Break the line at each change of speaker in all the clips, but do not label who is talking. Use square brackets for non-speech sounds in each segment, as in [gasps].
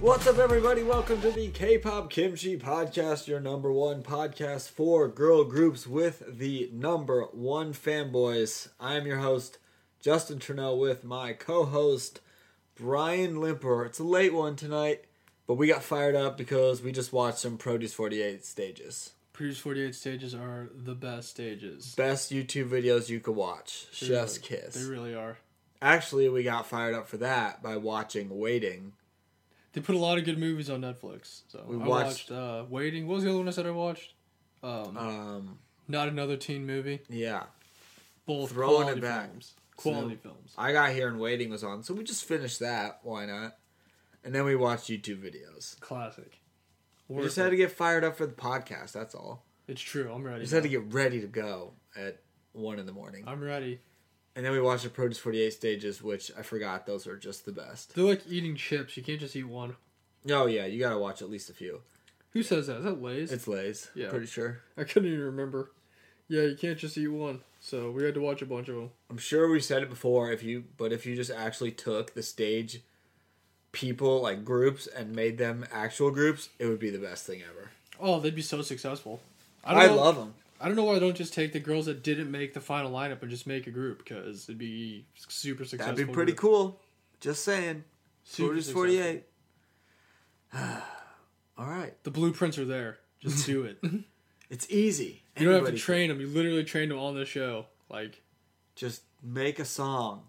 What's up, everybody? Welcome to the K pop kimchi podcast, your number one podcast for girl groups with the number one fanboys. I'm your host, Justin Trudeau, with my co host, Brian Limper. It's a late one tonight, but we got fired up because we just watched some Produce 48 stages.
Produce 48 stages are the best stages.
Best YouTube videos you could watch.
They
Chef's
really-
Kiss.
They really are.
Actually, we got fired up for that by watching Waiting.
They put a lot of good movies on Netflix. So
We
I
watched-
watched, uh, Waiting. What was the other one I said I watched? Um,
Um,
Not Another Teen Movie.
yeah.
Both
Throwing it
quality
back.
films. Quality films.
I got here and waiting was on, so we just finished that. Why not? And then we watched YouTube videos.
Classic.
We just
Worth
had
it.
to get fired up for the podcast. That's all.
It's true. I'm ready.
We just had to
now.
get ready to go at one in the morning.
I'm ready.
And then we watched the Produce Forty Eight stages, which I forgot. Those are just the best.
They're like eating chips. You can't just eat one.
Oh yeah, you gotta watch at least a few.
Who says that? Is that Lay's?
It's Lay's.
Yeah.
Pretty sure.
I couldn't even remember. Yeah, you can't just eat one. So we had to watch a bunch of them.
I'm sure we said it before. If you, but if you just actually took the stage people like groups and made them actual groups, it would be the best thing ever.
Oh, they'd be so successful.
I,
know-
love them.
I don't know why I don't just take the girls that didn't make the final lineup and just make a group because it'd be super successful.
That'd be pretty
group.
cool. Just saying.
Super
Produce
successful.
48. [sighs] All right.
The blueprints are there. Just do it. you
It's easy.
don't have to
Anybody
train them. You literally trained them on the show. Like,
can Just make a song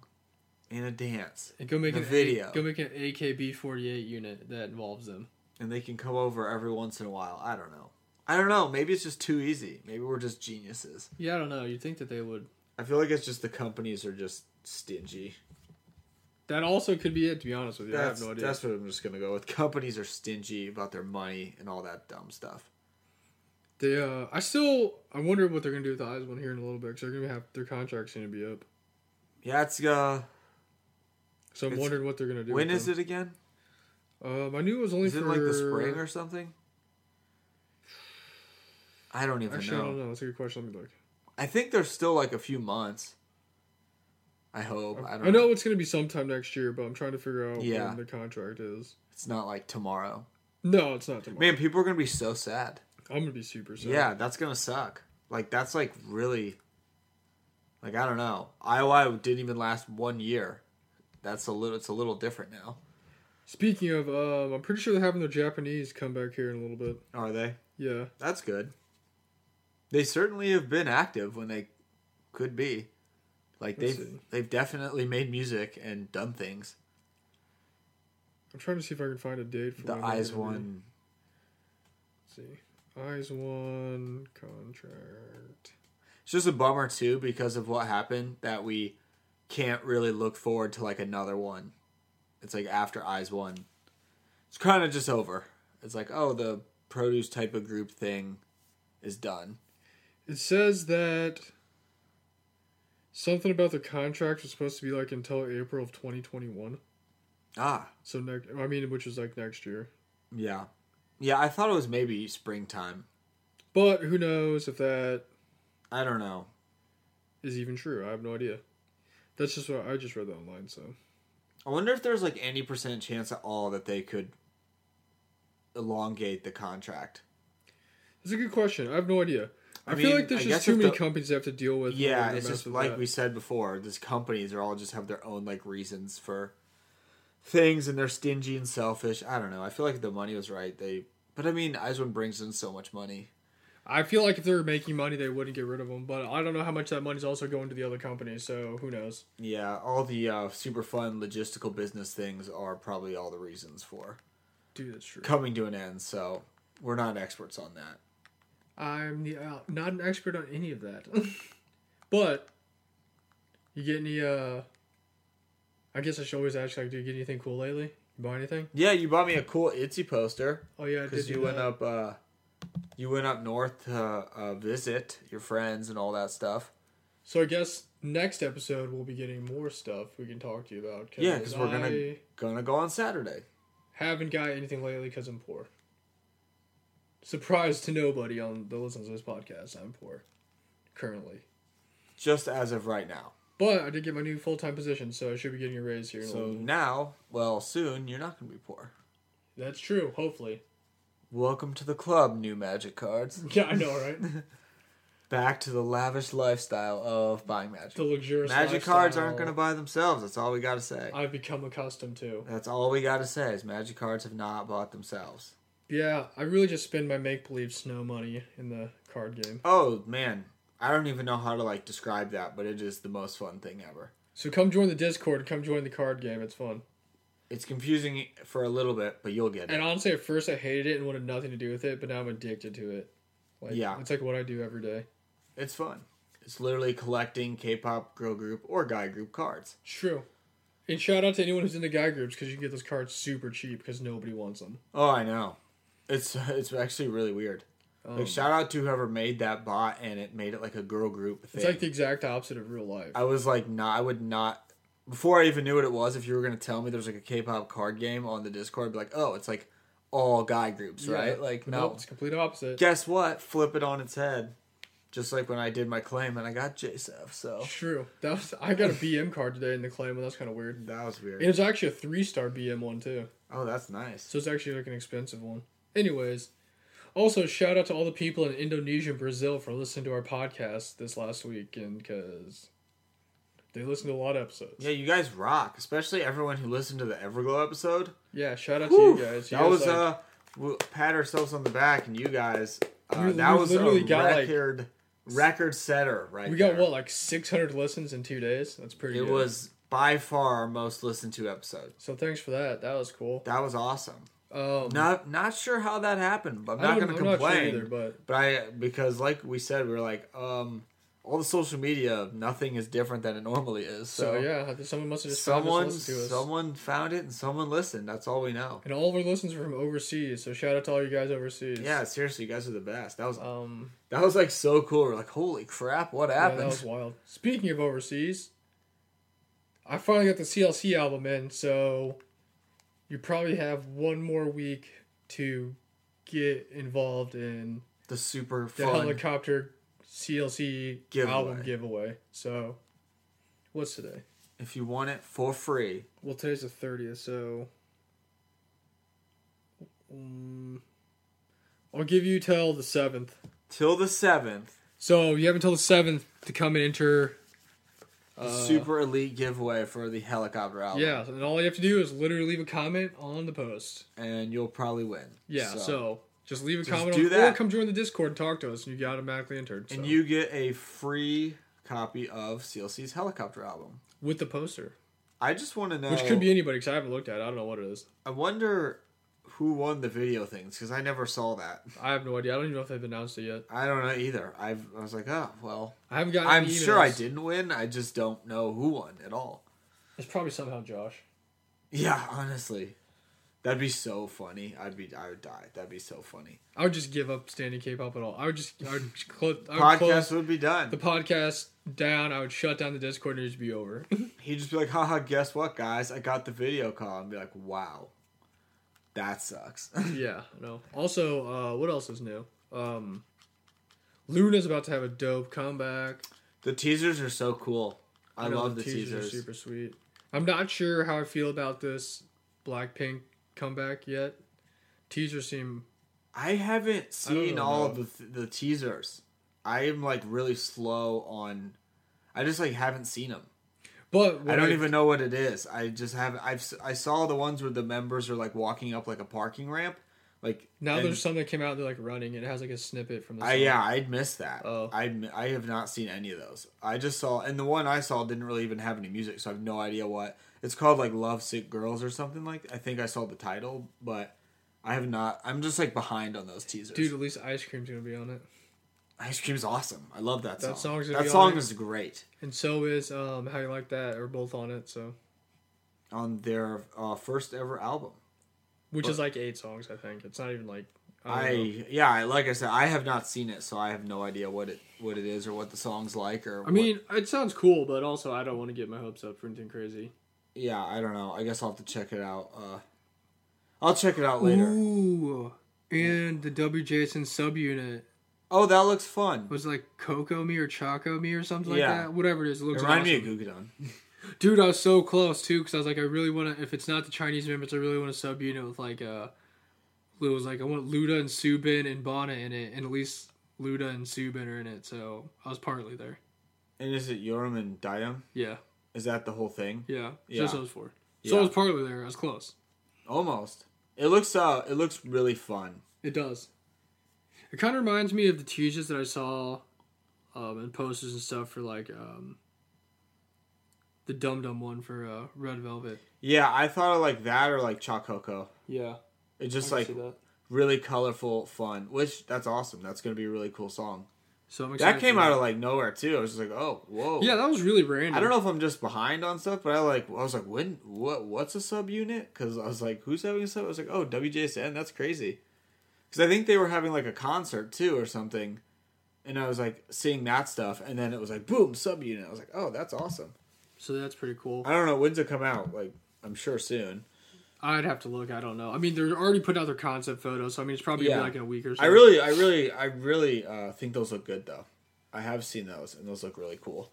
and a dance,
and go make
The
an A-
video.
go make an AKB48 unit that involves them.
and they can come over every once in a while. I don't know. I don't know. Maybe it's just too easy. Maybe we're just geniuses.
Yeah, I don't know. You'd think that they would.
I feel like it's just the companies are just stingy.
That also could be it. To be honest with you,
That's,
I have no idea.
that's what I'm just going to go with. Companies are stingy about their money and all that dumb stuff.
They, uh, I still, I wonder what they're gonna do with the eyes one here in a little bit because they're gonna have their contracts gonna be up.
Yeah, it's. Uh,
So I'm
It's-
wondering what they're gonna do.
when
with
is
them.
it again?
Um, I knew it was only
Is
for
it like the spring or something? I don't even
Actually, I
know.
don't know. That's a good question. Let me look.
I think there's still like a few months. I hope. I
I,
don't
know,
know.
it's going to be sometime next year, but I'm trying to figure out
Yeah.
when the contract is.
It's not like tomorrow.
No, it's not tomorrow.
Man, people are gonna be so sad.
I'm going to be super sad.
Yeah, that's gonna suck. Like that's like really. Like I don't know. IOI didn't even last one year. That's a little. It's a little different now.
Speaking of, um, I'm pretty sure they're having their Japanese come back here in a little bit.
Are they?
Yeah.
That's good. They certainly have been active when they could be. Like
Let's
they've
see.
they've definitely made music and done things.
I'm trying to see if I can find a date for
The
when they're
eyes
gonna be-
one.
Let's see. Eyes One contract.
It's just a bummer too because of what happened that we can't really look forward to like another one. It's like after eyes one. It's kind of just over. It's like oh the produce type of group thing is done.
It says that something about the contract was supposed to be like until April of 2021.
Ah,
So next, I mean, which is like next year.
yeah. Yeah, I thought it was maybe springtime.
But who knows if that
I don't know.
is even true. I have no idea. That's just what I just read that online. So
I wonder if there's like any percent chance at all that they could elongate the contract.
it's a good question. I have no idea. I,
I
feel
mean,
like there's
I
just
guess
too
if
many
the-
companies they have to deal with. in order
Yeah,
to
it's
mess
just
with
like
that.
we said before, these companies are all just have their own like reasons for things and they're stingy and selfish. I don't know. I feel like if the money was right, they but I mean Icewind brings in so much money.
I feel like if they were making money, they wouldn't get rid of them. But I don't know how much that money's also going to the other companies. So who knows?
Yeah, all the uh, super fun logistical business things are probably all the reasons for
Dude, that's true.
coming to an end, so we're not experts on that.
I'm the, uh, not an expert on any of that, [laughs] but you get any? uh I guess I should always ask. Like, do you get anything cool lately? You buy anything?
Yeah, you bought me a cool Itsy poster.
Oh yeah, I did.
because
do
you went
that.
up uh you went up north to uh, visit your friends and all that stuff
So I guess next episode we'll be getting more stuff we can talk to you about.
Yeah, 'cause we're gonna-
I
gonna go on saturday
haven't got anything lately because I'm poor. Surprise to nobody on the listens to this podcast. I'm poor currently,
just as of right now
but I did get my new Mm-hmm. full time position, so I should be getting a raise here. In a
so
little bit.
now well soon you're not gonna be poor
That's true. Hopefully. [laughs]
Welcome to the club, new magic cards.
Yeah, I know, right?
Back to the lavish lifestyle of buying magic.
The luxurious
magic cards aren't going to
lifestyle
buy themselves. That's all we got to say.
I've become accustomed to.
That's all we got to say is magic cards have not bought themselves.
Yeah, I really just spend my make believe snow money in the card game.
Oh, man. I don't even know how to like describe that, but it is the most fun thing ever.
So come join the Discord. Come join the card game. It's fun.
It's confusing for a little bit, but you'll get it.
And honestly, at first I hated it and wanted nothing to do with it, but now I'm addicted to it. Like,
Yeah.
It's like what I do every day.
It's fun. It's literally collecting K-pop girl group or guy group cards.
It's true. And shout out to anyone who's in the guy groups because you can get those cards super cheap because nobody wants them.
Oh, I know. It's [laughs] it's actually really weird.
Um,
Like shout out to whoever made that bot and it made it like a girl group thing.
it's like the exact opposite of real life.
I was like, nah, I would not. Before I even knew what it was, if you were gonna tell me there's like a K-pop card game on the Discord, I'd be like, oh, it's like all guy groups,
Yeah.
right? Like,
But
no.
nope, it's complete opposite.
Guess what? Flip it on its head. Just like when I did my claim and I got JSF,
[laughs]
so
True. That was I got a BM card today in the claim, and that's kind of weird.
that was
And it
weird.
was actually a three star BM one too,
Oh, that's nice.
so it's actually like an expensive one. Anyways, also shout out to all the people in Indonesia and Brazil for listening to our podcast this last week, and because they listened to a lot of episodes.
Yeah, you guys rock, especially everyone who listened to the Everglow episode.
Yeah, shout out
Whew,
to you guys. You
that
guys,
was
like-
uh, we'll pat ourselves on the back, and you guys, uh,
We-
that
we
was
literally
a
got, like-
record record setter, right?
we got
uh, there.
what like 600 listens in two days. That's pretty.
It
good.
was by far our most listened to episode.
So thanks for that. That was cool.
That was awesome.
Um,
Not not sure how that happened, but I'm
I
not
don't-
going to
I'm not sure
complain.
either, but
but I because like we said, we were like, um, all the social media, nothing is different than it normally is.
so,
So,
yeah, someone must have just found us and
someone
listened to us.
someone found it and someone listened. That's all we know.
And all of our listens are from overseas, so shout out to all you guys overseas.
Yeah, seriously, you guys are the best. That was
Um,
that was like so cool. We're like, holy crap, what
yeah,
happened?
that was wild. Speaking of overseas, I finally got the CLC album in, so you probably have one more week to get involved in
the super
the
fun.
helicopter CLC
Giveaway.
album giveaway. So, what's today?
if you want it for free,
Well, today's the 30th, so. Mm, I'll give you till the 7th.
till the seventh,
So you have until the seventh to come and enter.
the
Uh,
super elite giveaway for the helicopter album.
Yeah, and all you have to do is literally leave a comment on the post.
and you'll probably win.
Yeah, so, just leave a
Just
comment
do
on, or
that.
come join the Discord and talk to us, and you get automatically entered. So.
and you get a free copy of CLC's helicopter album.
with the poster,
I just want to know.
which could be anybody because I haven't looked at. it. I don't know what it is.
I wonder who won the video things because I never saw that.
I have no idea. I don't even know if they've announced it yet.
I don't know either. I've, I was like, oh well.
I haven't gotten.
I'm
any
sure I
emails.
didn't win. I just don't know who won at all.
It's probably somehow Josh.
Yeah, honestly, that'd be so funny. I'd be, I would die. That'd be so funny.
I would just give up standing K-pop at all. I would just. I would, cl- I would
Podcast
close
would be done.
the podcast down. I would shut down the Discord and it'd just be over. [laughs]
He'd just be like, haha, guess what, guys? I got the video call. And be like, wow, that sucks. [laughs]
yeah, no. Also, uh, what else is new? Um, Luna's about to have a dope comeback.
the teasers are so cool. I,
know
love the
are
teasers.
super sweet. I'm not sure how I feel about this Blackpink comeback yet. Teasers seem
I haven't seen
know.
all of the, th- the teasers. I am like really slow on. I just like haven't seen them.
but
I
what
don't even know what it is. I just have. I've s- I saw the ones where the members are like walking up like a parking ramp. Like
now
and
there's some that came out they're like running and it has like a snippet from the
I
song.
yeah, I'd missed that.
Oh.
I m- I have not seen any of those. I just saw, and the one I saw didn't really even have any music, so I have no idea what it's called. Like Love Sick Girls or something like. I think I saw the title, but I have not. I'm just like behind on those teasers.
Dude, at least Ice Cream's gonna be on it.
Ice Cream's awesome. I love that song.
That song's gonna
that
be
song
on it.
is great
And so is um How You Like That are both on it, so
on their uh, first ever album.
which is like eight songs, I think. It's not even like I, don't know.
I yeah, I- like I said, I have not seen it, so I have no idea what it what it is or what the song's like or.
I mean, it sounds cool, but also I don't want to get my hopes up for anything crazy.
yeah, I don't know. I guess I'll have to check it out. Uh, I'll check it out later.
Ooh, and the WJSN subunit
Oh, that looks fun.
was like Coco Me or Choco Me or something like
Yeah.
that. Whatever it is, it
It
looks
reminded
awesome.
me of Gugudon.
Dude, I was so close too because I was like, I really want to. If it's not the Chinese members, I really want a subunit with like uh, Lou was like, I want Luda and Subin and Bana in it, and at least Luda and Subin are in it, so I was partly there.
And is it Yoram and Didam?
Yeah,
Is that the whole thing?
yeah,
Yeah.
just those four. So I
Yeah.
was partly there. I was close.
Almost. It looks uh, it looks really fun.
It does. It kind of reminds me of the teasers that I saw, um, and posters and stuff for like um, the Dum Dum one for uh, Red Velvet.
Yeah, I thought of like that or like Chococo.
Yeah,
It's just like really colorful, fun. Which that's awesome. That's gonna be a really cool song.
So I'm excited
That came
for
out of like nowhere too. I was just like, oh, whoa.
Yeah, that was really random.
I don't know if I'm just behind on stuff, but I like I was like, when what what's a subunit? Because I was like, who's having a sub? I was like, oh, WJSN. That's crazy. Because I think they were having like a concert too or something, and I was like seeing that stuff, and then it was like boom subunit. I was like, oh, that's awesome.
So that's pretty cool.
I don't know when's it come out. Like I'm sure soon.
I'd have to look. I don't know. I mean, they're already putting out their concept photos, so I mean, it's probably gonna
Yeah.
be like in a week or so.
I really, I really, I really uh, think those look good though. I have seen those, and those look really cool.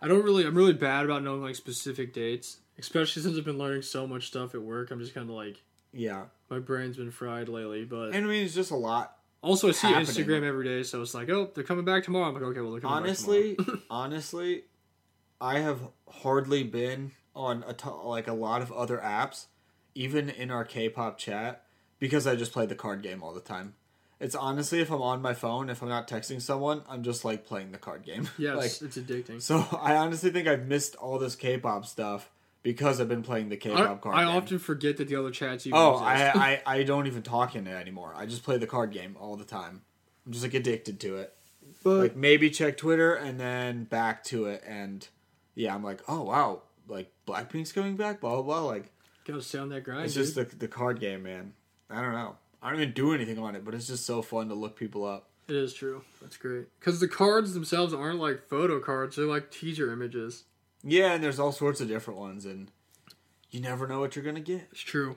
I don't really. I'm really bad about knowing like specific dates, especially since I've been learning so much stuff at work. I'm just kind of like
Yeah,
my brain's been fried lately. But
and I mean it's just a lot.
also, I see
happening.
Instagram every day, so it's like, oh, they're coming back tomorrow. I'm like, okay, well, they're coming
honestly,
back tomorrow. [laughs]
honestly, I have hardly been on a t- like a lot of other apps, even in our K-pop chat, because I just play the card game all the time. It's honestly, if I'm on my phone, if I'm not texting someone, I'm just like playing the card game. [laughs]
yeah,
like
it's, it's addicting.
so, I honestly think I've missed all this K-pop stuff because I've been playing the
I,
K-pop card
I
game.
often forget that the other chats even
Oh,
exist. [laughs]
I, I I don't even talk in it anymore. I just play the card game all the time. I'm just like addicted to it.
But-
like maybe check Twitter and then back to it, and yeah, I'm like, oh wow, like Blackpink's coming back, blah blah blah. Like
gotta stay on that grind.
it's just the the card game, man. I don't know. I don't even do anything on it, but it's just so fun to look people up.
It is true. That's great. Because the cards themselves aren't like photo cards; they're like teaser images.
Yeah, and there's all sorts of different ones, and you never know what you're gonna get.
It's true.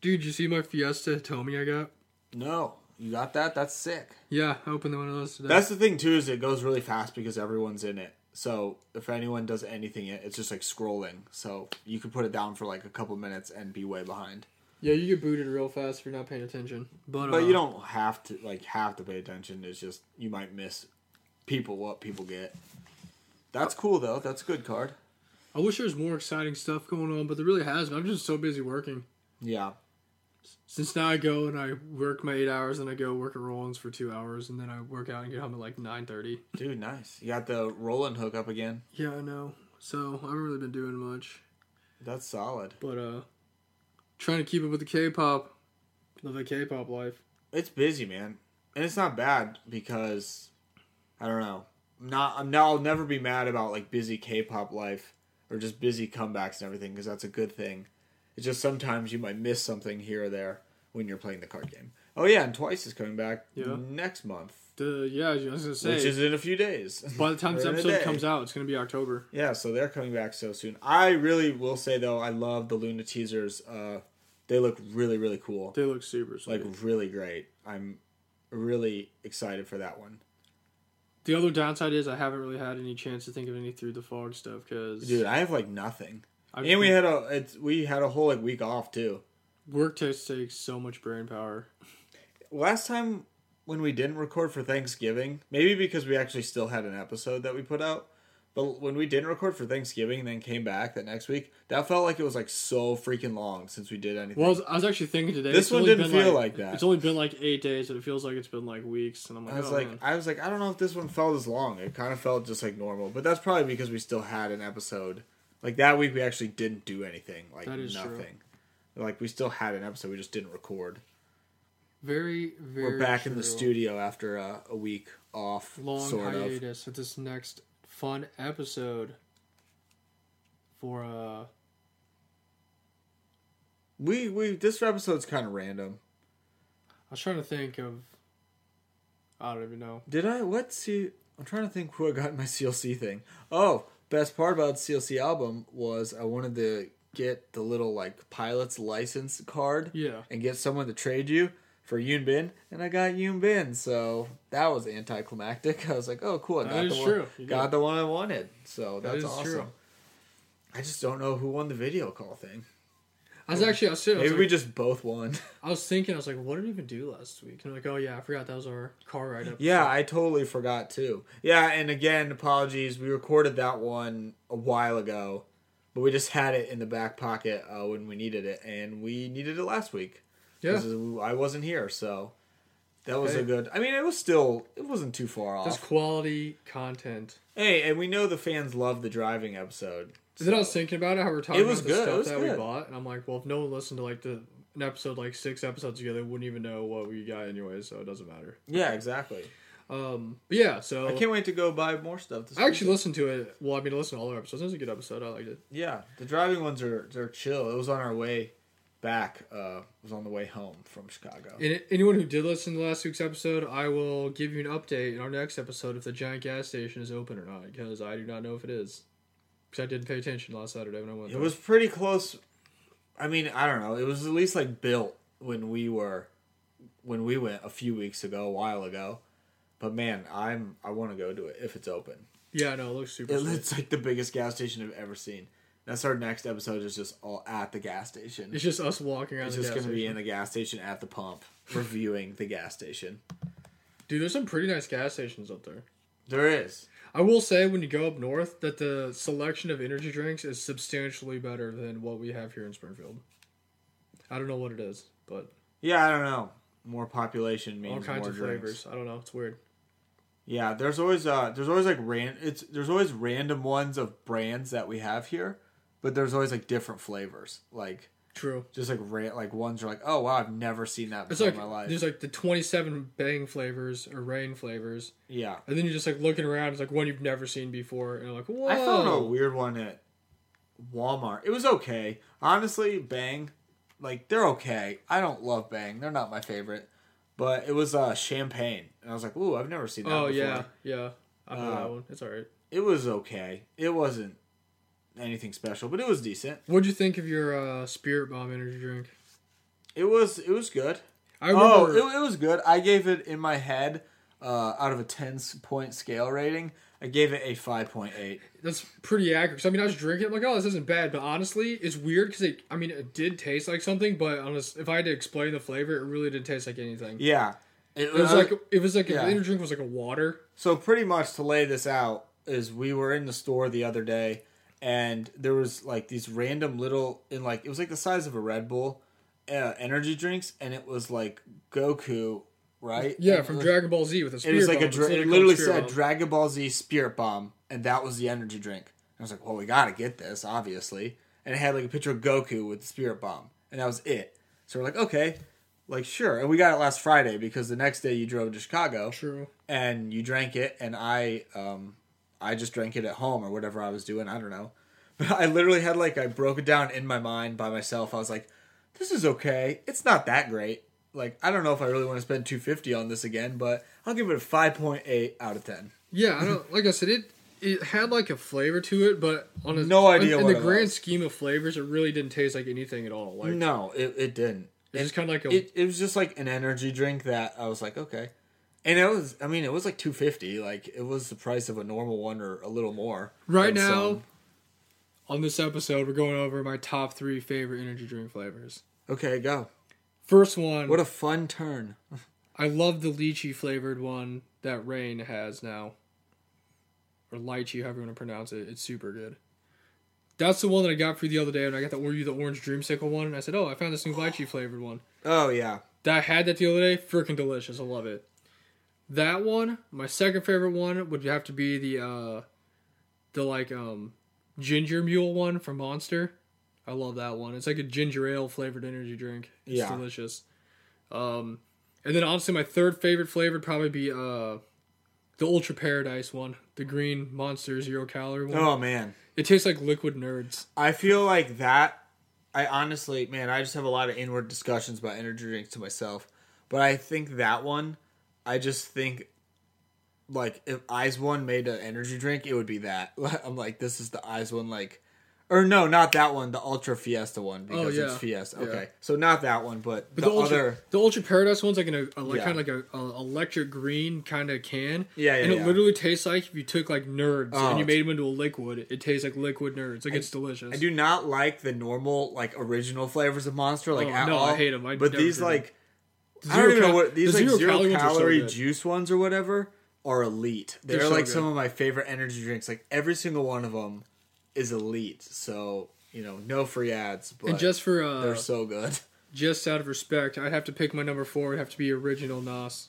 Dude, you see my Fiesta Hitomi I got?
No, you got that? That's sick.
Yeah, I opened one of those today.
That's the thing too is it goes really fast because everyone's in it. So if anyone does anything, it- it's just like scrolling. So you could put it down for like a couple minutes and be way behind.
yeah, you get booted real fast if you're not paying attention. But,
But
uh,
you don't have to like have to pay attention. It's just you might miss people what people get. That's cool though. That's a good card.
I wish there was more exciting stuff going on, but there really hasn't. I'm just so busy working.
Yeah.
Since now I go and I work my eight hours, and I go work at Rollins for two hours, and then I work out and get home at like nine thirty.
Dude, nice. You got the Roland hook up again.
Yeah, I know. So I haven't really been doing much,
That's solid.
but uh, trying to keep up with the K-pop, live the K-pop life.
It's busy, man. And it's not bad because I don't know. I'm not I'm now I'll never be mad about like busy K-pop life or just busy comebacks and everything because that's a good thing. It's just sometimes you might miss something here or there when you're playing the card game. Oh yeah, and Twice is coming back
Yeah.
next month,
The yeah, I was gonna say.
which is in a few days.
by the time this
Or [laughs] in a
episode
day.
comes out, it's gonna be October.
Yeah, so they're coming back so soon. I really will say though, I love the Luna teasers. Uh, they look really really cool.
They look super sweet.
Like really great. I'm really excited for that one.
The other downside is I haven't really had any chance to think of any through the fog stuff because
Dude, I have like nothing.
I
and we had a it's we had a whole like week off too.
work takes takes so much brain power.
Last time when we didn't record for Thanksgiving, maybe because we actually still had an episode that we put out, but when we didn't record for Thanksgiving and then came back that next week, that felt like it was like so freaking long since we did anything.
Well, I was, I was actually thinking today.
This
it's
one
only
didn't
been
feel like that.
It's only been like eight days, and it feels like it's been like weeks. And I'm like,
I was
oh,
like,
man.
I was like, I don't know if this one felt as long. It kind of felt just like normal, but that's probably because we still had an episode. Like that week, we actually didn't do anything. Like
That is true.
nothing. Like we still had an episode, we just didn't record.
very, very.
We're back in the
true.
studio after uh, a, a week off,
Long
sort of.
hiatus with this next fun episode for uh
We we this episode's kind of random.
I was trying to think of I don't even know.
Did I what see? I'm trying to think who I got in my [laughs] CLC thing. Oh, best part about CLC album was I wanted to get the little like pilot's license card.
Yeah.
and get someone to trade you for Yoon Bin, and I got Yoon Bin. So that was anticlimactic. [laughs] I was like, oh, cool, I
That
got
is
the
true.
one,
You
got the one I wanted. So
That
that's
is
awesome.
true.
I just don't know who won the video call thing.
I was actually I was sitting. I was,
Maybe we
like,
just both won. [laughs]
I was thinking. I was like, what did we even do last week? And I'm like, oh yeah, I forgot that was our car ride up.
Yeah, I totally forgot too. Yeah, and again, apologies. We recorded that one a while ago, but we just had it in the back pocket uh, when we needed it, and we needed it last week.
yeah.
'Cause I wasn't here, so that was
Hey.
a good. I mean, it was still it wasn't too far off.
That's quality content.
hey, and we know the fans love the driving episode.
And then I was thinking about it, how we're talking
It was
about the
good, it
stuff
was
that we
good.
bought, and I'm like, well, if no one listened to like the an episode like six episodes ago, they wouldn't even know what we got anyway, so it doesn't matter.
Yeah, exactly.
Um, but yeah, so
I
I,
can't wait to go buy more stuff. This
actually listened to it. Well, I mean, I listened to all our episodes. It was a good episode. I liked it.
Yeah, the driving ones are they're chill. It was on our way back. Uh, it was on the way home from Chicago.
And anyone who did listen to last week's episode, I will give you an update in our next episode if the giant gas station is open or not, because I do not know if it is. Because I didn't pay attention last Saturday when I went.
It
there.
was pretty close. I mean, I don't know. It was at least like built when we were when we went a few weeks ago, a while ago. But man, I'm I want to go to it if it's open.
yeah, no, it looks super.
It-
sweet.
It's like the biggest gas station I've ever seen. That's our next episode is just all at the gas station.
It's just us walking around.
It's
the
just
gas
going to be
station.
in the gas station at the pump reviewing the gas station.
Dude, there's some pretty nice gas stations up there.
There is.
I will say when you go up north that the selection of energy drinks is substantially better than what we have here in Springfield. I don't know what it is, but
Yeah, I don't know. More population means
all kinds
more
of
drinks.
flavors. I don't know. It's weird.
Yeah, there's always uh there's always like ran it's there's always random ones of brands that we have here, but there's always like different flavors. Like
True.
just like ran like ones are like, oh wow, I've never seen that
It's
before
like
in my life.
there's like the 27 bang flavors or rain flavors,
yeah.
and then you're just like looking around. It's like one you've never seen before, and you're like, whoa.
I found a weird one at Walmart. It was okay. Honestly, Bang, like they're okay. I don't love Bang. They're not my favorite. But it was uh champagne. And I was like, ooh, I've never seen that
oh
before.
yeah, yeah. I know
Uh,
that one. It's all right.
It was okay. It wasn't anything special, but it was decent.
What'd you think of your uh, Spirit Bomb energy drink?
It was it was good.
I remember.
Oh, it, it was good. I gave it in my head, uh, out of a ten s- point scale rating, I gave it a five point eight.
That's pretty accurate. 'Cause, I mean, I was drinking. I'm like, oh, this isn't bad. But honestly, it's weird because it. I mean, it did taste like something. But honest, if I had to explain the flavor, it really didn't taste like anything.
Yeah,
It was like it was like
yeah.
an energy drink was like a water.
so. Pretty much to lay this out is we were in the store the other day, and there was like these random little in like it was like the size of a Red Bull, uh, energy drinks, and it was like Goku, right?
Yeah,
And
from
it was-
Dragon Ball Z with a. Spear
It was like
bomb.
a
It's
dra- it
called
literally
Spirit
said
Bomb.
Dragon Ball Z Spirit Bomb, and that was the energy drink. And I was like, well, we gotta get this, obviously. And it had like a picture of Goku with the Spirit Bomb, and that was it. So we're like, okay, like sure. And we got it last Friday because the next day you drove to Chicago
True.
and you drank it, and I, um, I just drank it at home or whatever I was doing. I don't know. But I literally had like I broke it down in my mind by myself. I was like, this is okay. It's not that great. Like I don't know if I really want to spend 250 on this again, but I'll give it a 5.8 out of 10.
Yeah, I don't like I said it. It had like a flavor to it, but on a,
No idea
In,
what
in the
it
grand
was. Mm.
"Oh,
Oh, Oh.
uh, um, Um, uh, Mm-hmm.
[laughs] Or no, not that one. The Ultra Fiesta one because it's
Oh, yeah.
Fiesta.
Yeah.
Okay, so not that one, but,
But
the,
the, ultra,
other.
the ultra paradise one's like in a, a like,
Yeah.
kind of like a, a electric green kind of can.
Yeah, yeah,
And it
yeah.
literally tastes like if you took like nerds
Oh,
and you
it's-
made them into a liquid. It tastes like liquid nerds. Like it's delicious.
I do not like the normal like original flavors of Monster like
Oh,
at
no, I
all.
hate 'em. I
but
never
these
drink 'em.
like
The
I don't
zero
even know
cal-
what these
the
like zero,
ones are so
calorie
good.
juice ones or whatever are elite. They're,
They're so
like
good.
some of my favorite energy drinks. Like every single one of them is elite. So you know, no free ads, but
And just for uh,
they're so good.
just out of respect, I'd have to pick my number four. It'd have to be original Nas.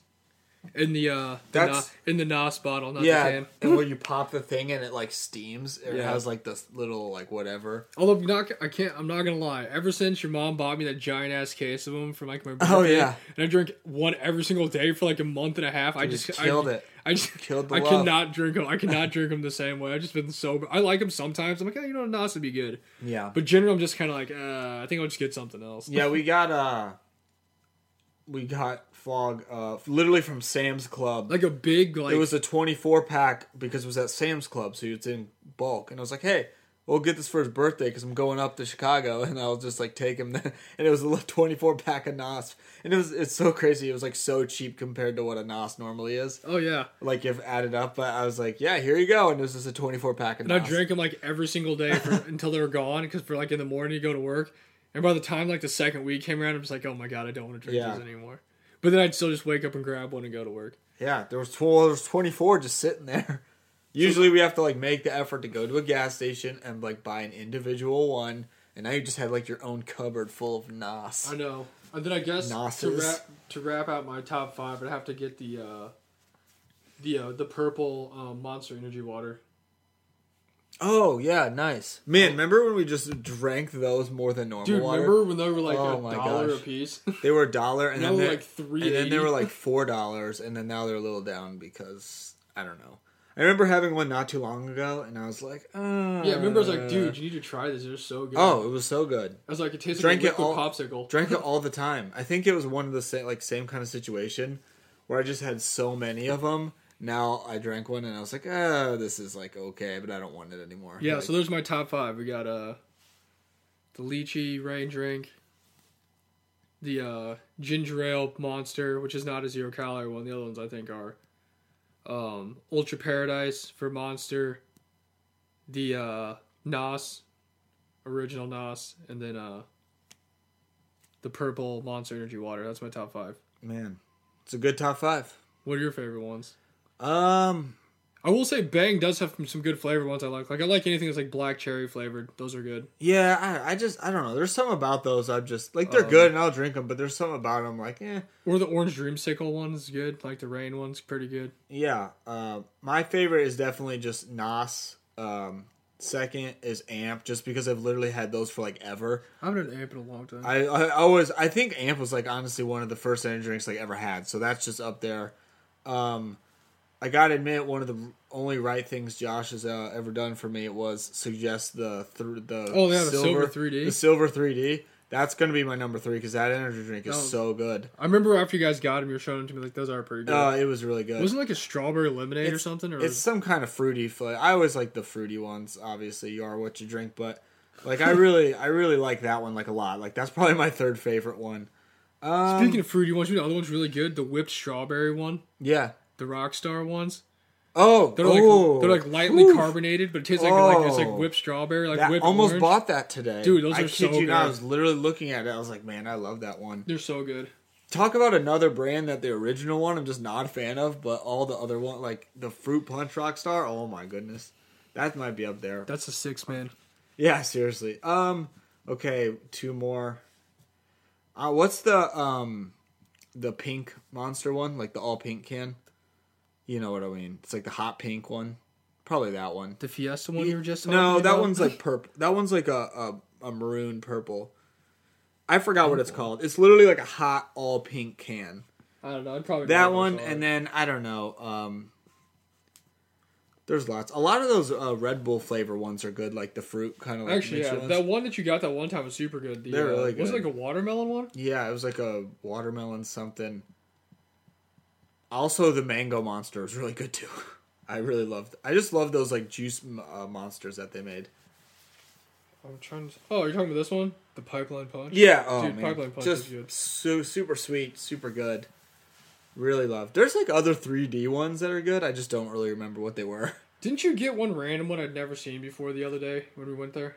In the uh, the
That's-
Nas, in the Nas bottle, not [laughs] the
Yeah,
can.
and when you pop the thing and it like steams, it
Yeah.
has like this little like whatever.
Although I'm not, I can't. I'm not gonna lie. Ever since your mom bought me that giant ass case of them for like my birthday,
Oh, yeah.
and I drank one every single day for like a month and a half. I
You
just
just killed
I,
it.
I just
Killed the
I
love.
cannot drink them. I
[laughs]
cannot drink them the same way. I've just been sober. I like them sometimes. I'm like, hey, you know, Nas would be good.
Yeah,
But generally, I'm just kind of like, uh, I think I'll just get something else.
yeah, we got uh, we got fog uh, literally from Sam's Club.
like a big like.
it was a 24 pack because it was at Sam's Club, so it's in bulk. And I was like, hey, we'll get this for his birthday because I'm going up to Chicago, [laughs] and I'll just like take him there. And it was a little [laughs] 24 pack of Nas, and it was it's so crazy. It was like so cheap compared to what a Nas normally is,
oh yeah,
like if added up. But I was like, yeah, here you go, and it was just a 24 pack of
and I
Nas.
drank them like every single day for,
[laughs]
until they were gone. Because for like in the morning, you go to work, and by the time like the second week came around, I'm just like, oh my god, I don't want to drink
Yeah.
these anymore. But then I'd still just wake up and grab one and go to work.
Yeah, there was, tw- there was 24 just sitting there. [laughs] Usually we have to like make the effort to go to a gas station and like buy an individual one, and now you just had like your own cupboard full of Nas.
I know. And then I guess to
Nas's.
wrap to wrap out my top five, I'd have to get the uh, the uh, the purple um, Monster Energy water.
Oh yeah, nice. Man, remember when we just drank those more than normal
Oh. Dude,
water?
remember when they were like
Oh
a
my
dollar
gosh.
a piece? [laughs]
They were a dollar and
Now
then
we're
they
like
and then they
$3.80.
were like four dollars and then now they're a little down because I don't know. I remember having one not too long ago and I was like, uh,
yeah, I remember I was like, dude, you need to try this. They're so good.
Oh, it was so good.
I was like, it tastes
Drank
like
it
a liquid
all-
popsicle.
Drank it all the time. I think it was one of the same like same kind of situation where I just had so many of them. Now I drank one and I was like, ah, this is like okay, but I don't want it anymore.
yeah,
Like,
so there's my top five. We got uh, the lychee rain drink, the uh, ginger ale monster, which is not a zero calorie one. The other ones I think are um, Ultra Paradise for Monster, the uh, Nos, original Nos, and then uh, the purple Monster Energy Water. That's my top five.
man, it's a good top five.
What are your favorite ones?
Um,
I will say Bang does have some good flavor ones I like. Like I like anything that's like black cherry flavored. Those are good.
Yeah, I, I just I don't know. There's something about those I've just like they're
Um,
good and I'll drink them, but there's something about them like eh.
Or the orange dreamsicle one's good. Like the rain one's pretty good.
Yeah, uh, my favorite is definitely just Nas. Um, second is Amp, just because I've literally had those for like ever.
I haven't had Amp in a long time.
I I always I think Amp was like honestly one of the first energy drinks like ever had, so that's just up there. Um, I gotta admit, one of the only right things Josh has uh, ever done for me was suggest the th- the
Oh, yeah, the Silver 3D.
the silver 3D. That's gonna be my number three because that energy drink is
That was-
so good.
I remember after you guys got them, you were showing them to me like those are pretty good.
Uh, it was really good.
Wasn't it like a strawberry lemonade or something? Or
It's some kind of fruity flavor. I always like the fruity ones. Obviously, you are what you drink, but like
[laughs]
I really, I really like that one like a lot. Like that's probably my third favorite one. Um,
speaking of fruity ones, you know the other one's really good. The whipped strawberry one,
yeah.
the Rockstar ones.
Oh,
They're like
oh.
they're like lightly
Whew.
carbonated, but it tastes like like it's
Oh.
like whipped strawberry, like
That-
whipped
almost
orange.
bought that today,
Dude, those
I
are
kid
so
you not. I
good.
was literally looking at it. I was like, man, I love that one.
They're so good.
Talk about another brand that the original one I'm just not a fan of, but all the other one, like the fruit punch Rockstar. Oh my goodness, that might be up there.
That's a six man.
Yeah, seriously. Um, okay, two more. Uh, what's the um, the pink monster one, like the all pink can? You know what I mean? It's like the hot pink one. Probably that one.
The Fiesta one you were just
no,
talking
that
about? [laughs]
one's like purple. That one's like a, a a maroon purple. I forgot what it's called. It's literally like a hot all pink can.
I don't know. I'd probably
That
go with
one,
those.
and then I don't know. Um, there's lots. A lot of those uh, Red Bull flavor ones are good, like the fruit kind of. Like
Actually,
mixed
yeah,
ones.
that one that you got that one time was super good. The,
They're
uh,
really
Was it
good.
like a watermelon one?
Yeah, it was like a watermelon something. Also, the mango monster was really good too. [laughs] I really loved. I just love those like juice m- uh, monsters that they made.
I'm trying to. Oh, you're talking about this one? The Pipeline Punch?
Yeah, oh
Dude,
man,
Pipeline Punch
just
is good.
su- super sweet, super good. Really love. There's like other 3D ones that are good. I just don't really remember what they were. [laughs]
Didn't you get one random one I'd never seen before the other day when we went there?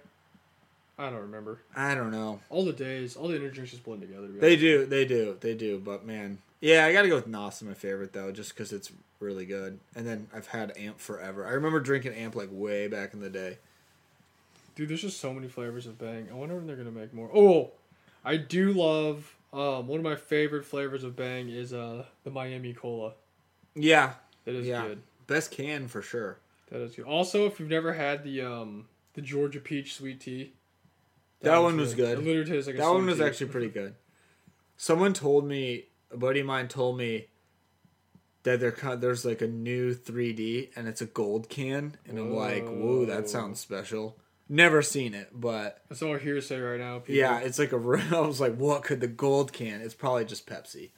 I don't remember.
I don't know.
All the days, all the energy drinks just blend together. to be
They
honest.
do, they do, they do. But man, yeah, I gotta go with Nos my favorite though, just because it's really good. And then I've had Amp forever. I remember drinking Amp like way back in the day.
Dude, there's just so many flavors of Bang. I wonder when they're gonna make more. Oh, I do love. Um, one of my favorite flavors of Bang is uh the Miami Cola.
Yeah,
That is
yeah,
good.
best can for sure.
That is good. Also, if you've never had the um the Georgia Peach sweet tea,
That
one's
one was good.
It literally tastes like a
That one
sweet
was
tea.
actually pretty good. Someone told me, a buddy of mine told me that there co- there's like a new 3D and it's a gold can, and I'm like, whoa,
Whoa.
that sounds special. Never seen it, but
That's all hearsay right now. People.
yeah, it's like a. [laughs] re- I was like, what could the gold can? It's probably just Pepsi.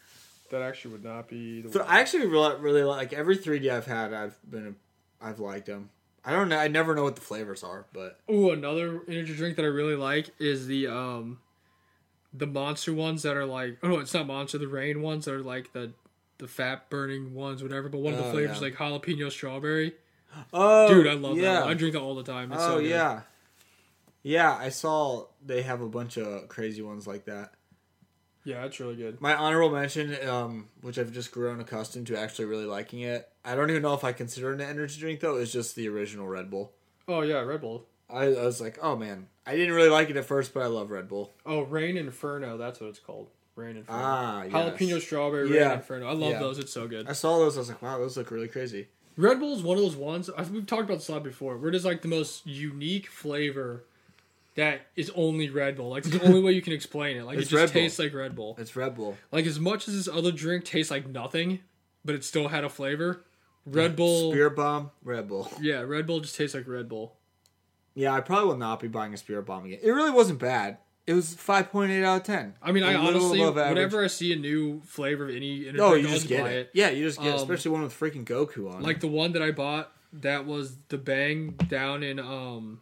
that actually would not be. The
So
one.
I actually really, really like every 3D I've had. I've been, I've liked them. I don't know. I never know what the flavors are, but
Ooh, another energy drink that I really like is the um the monster ones that are like oh no, it's not monster, the rain ones that are like the the fat burning ones, whatever, but one of the
Oh,
flavors
yeah.
is like jalapeno strawberry.
oh,
Dude, I love
yeah.
that. One. I drink that all the time. It's
oh
so good.
yeah, yeah. I saw they have a bunch of crazy ones like that.
Yeah, it's really good.
My honorable mention, um, which I've just grown accustomed to actually really liking it. I don't even know if I consider it an energy drink though. It's just the original Red Bull.
Oh yeah, Red Bull.
I, I was like, oh man, I didn't really like it at first, but I love Red Bull.
Oh, Rain Inferno, that's what it's called. Rain Inferno.
Ah, yes.
Jalapeno strawberry
Yeah.
rain inferno. I love
Yeah.
those. It's so good.
I saw those. I was like, wow, those look really crazy.
Red Bull is one of those ones I've, we've talked about this a lot before. Where it is like the most unique flavor that is only Red Bull. Like it's the only way you can explain it. Like
It's
it just
Red Bull.
tastes like Red Bull.
It's Red Bull.
Like as much as this other drink tastes like nothing, but it still had a flavor. Red Bull,
Spirit bomb. Red Bull.
yeah, Red Bull just tastes like Red Bull.
Yeah, I probably will not be buying a Spirit bomb again. It really wasn't bad. It was five point eight out of ten.
I mean,
A
I
little
honestly,
above average.
whenever I see a new flavor of any, energy
Oh,
drink,
you
I'll
just get
buy
it. Yeah, you just get, it,
Um,
especially one with freaking Goku on. it.
Like the one that I bought, that was the Bang down in um,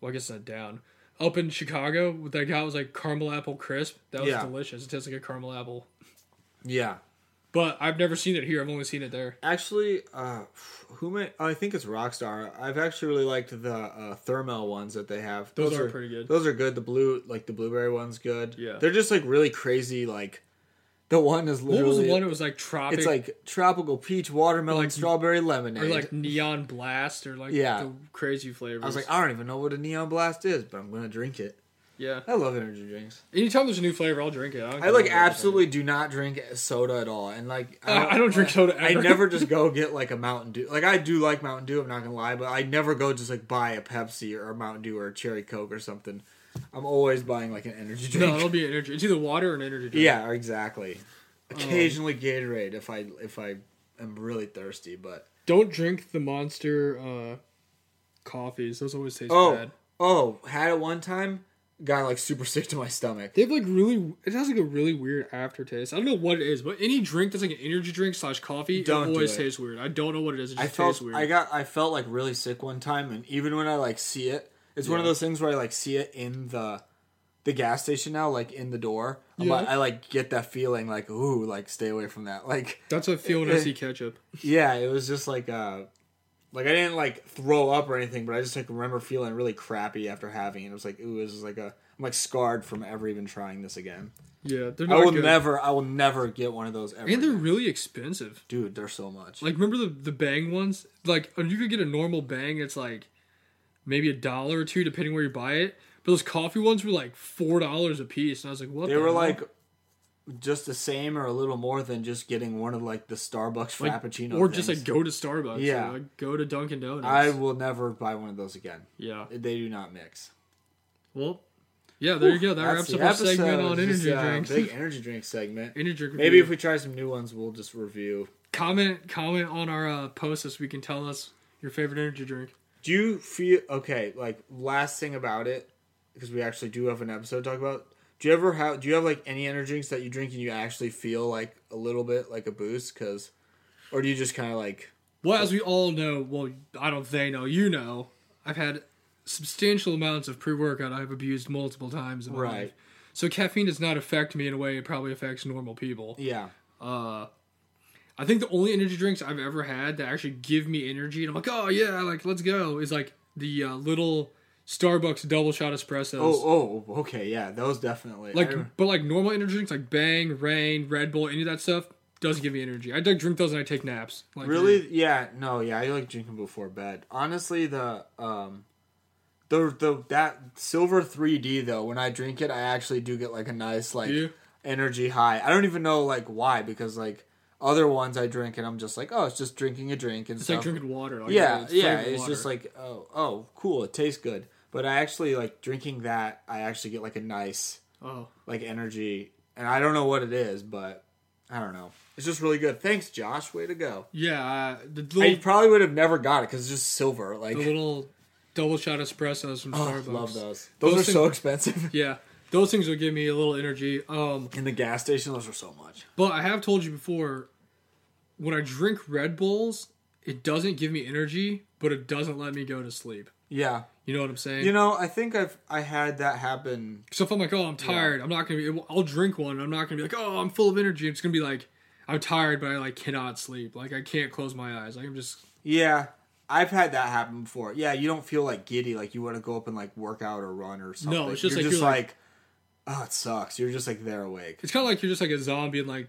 well I guess not down, up in Chicago. What that got was like caramel apple crisp. That was
Yeah.
delicious. It tastes like a caramel apple.
yeah.
But I've never seen it here. I've only seen it there.
Actually, uh, who may I think it's Rockstar. I've actually really liked the uh, thermal ones that they have.
Those are pretty good.
Those are good. The blue, like the blueberry one's good.
Yeah.
they're just like really crazy. Like the one is
What
literally
was the one? It was like tropic,
it's like tropical peach watermelon
Like-
strawberry
or
lemonade.
like neon blast, or like
Yeah.
the crazy flavors.
I was like, I don't even know what a neon blast is, but I'm gonna drink it.
yeah.
I love energy drinks.
Anytime there's a new flavor, I'll drink it. don't
I
care
like
what it is.
absolutely do not drink soda at all, and like
I don't, I don't drink soda.
I
ever.
never
[laughs]
just go get like a Mountain Dew. Like I do like Mountain Dew, I'm not gonna lie, but I never go just like buy a Pepsi or a Mountain Dew or a Cherry Coke or something. I'm always buying like an energy drink.
No, it'll be energy. It's either water or an energy
[laughs]
drink.
yeah, exactly.
Oh.
Occasionally Gatorade if I if I am really thirsty, but
Don't drink the monster uh, coffees. Those always taste
oh
bad.
oh had it one time, got like super sick to my stomach.
They have like really. It has like a really weird aftertaste. I don't know what it is, but any drink that's like an energy drink slash coffee, it
Don't do
always
it.
tastes weird. I don't know what it is. It just
I felt
tastes weird.
I got I felt like really sick one time, and even when I like see it, it's one of
Yeah.
those things where I like see it in the the gas station now, like in the door. I'm
Yeah.
like, I like get that feeling like ooh, like stay away from that. [laughs] Like
that's what I feel when I see ketchup.
yeah, it was just like uh like I didn't like throw up or anything, but I just like remember feeling really crappy after having it. It was like ooh, this is like a I'm like scarred from ever even trying this again.
Yeah, they're
I
not
will
good.
never I will never get one of those ever.
and they're
again.
really expensive.
Dude, they're so much.
Like remember the the bang ones? Like and you could get a normal bang, it's like maybe a dollar or two depending where you buy it. But those coffee ones were like four dollars a piece, and I was like, what?
They
the
were
hell?
like just the same or a little more than just getting one of like the Starbucks
Like,
Frappuccino.
or just
things.
like go to Starbucks.
Yeah.
or, like go to Dunkin' Donuts.
I will never buy one of those again.
yeah.
They do not mix.
Well, yeah. There you go. That
That's
wraps
the
up our segment
episode.
on
It's
energy
just, uh,
drinks.
Big energy drink segment.
[laughs] energy drink.
Maybe if
review.
we try some new ones, we'll just review.
comment comment on our uh, post this week and tell us your favorite energy drink.
Do you feel okay? Like last thing about it, because we actually do have an episode to talk about. Do you ever have? Do you have like any energy drinks that you drink and you actually feel like a little bit like a boost? Because, or do you just kind of like
Well, as we all know, well, I don't they know, you know, I've had substantial amounts of pre workout I've abused multiple times in my
Right.
life. So caffeine does not affect me in a way it probably affects normal people.
Yeah.
Uh, I think the only energy drinks I've ever had that actually give me energy, and I'm like, oh yeah, like let's go, is like the uh, little Starbucks double shot espressos.
Oh, oh, okay, yeah, those definitely.
like,
I-
but like normal energy drinks, like Bang, Rain, Red Bull, any of that stuff, doesn't give me energy. I like drink those and I take naps. Like,
really, yeah, no, yeah, I like drinking before bed. Honestly, the um, the the that silver 3D though, when I drink it, I actually do get like a nice like
Do you?
energy high. I don't even know like why because like other ones I drink and I'm just like, oh, it's just drinking a drink and
It's
stuff.
like drinking water. Like,
yeah,
it's
yeah,
flavored
it's
water.
just like, oh, oh, cool, it tastes good. But I actually like drinking that. I actually get like a nice
oh,
like energy, and I don't know what it is, but I don't know. It's just really good. Thanks, Josh. Way to go.
yeah, uh, the
I
little,
probably would have never got it because it's just silver. Like,
the little double shot espressos from
oh,
Starbucks.
love those. Those, are
things-
so expensive. [laughs]
Yeah, those things will give me a little energy. Um,
In the gas station, those are so much.
But I have told you before, when I drink Red Bulls, it doesn't give me energy, but it doesn't let me go to sleep.
Yeah,
You know what I'm saying?
you know, I think I've I had that happen.
so if I'm like, oh, I'm tired, I'm not gonna be. I'll drink one. I'm not gonna be like, oh, I'm full of energy. It's gonna be like, I'm tired, but I like cannot sleep. Like I can't close my eyes. Like I'm just
Yeah, I've had that happen before. Yeah, you don't feel like giddy, like you want to go up and like work out or run or something.
it's just
you're
like
just
you're
like,
like-
oh, it sucks. You're just like there awake.
it's kind of like you're just like a zombie and like,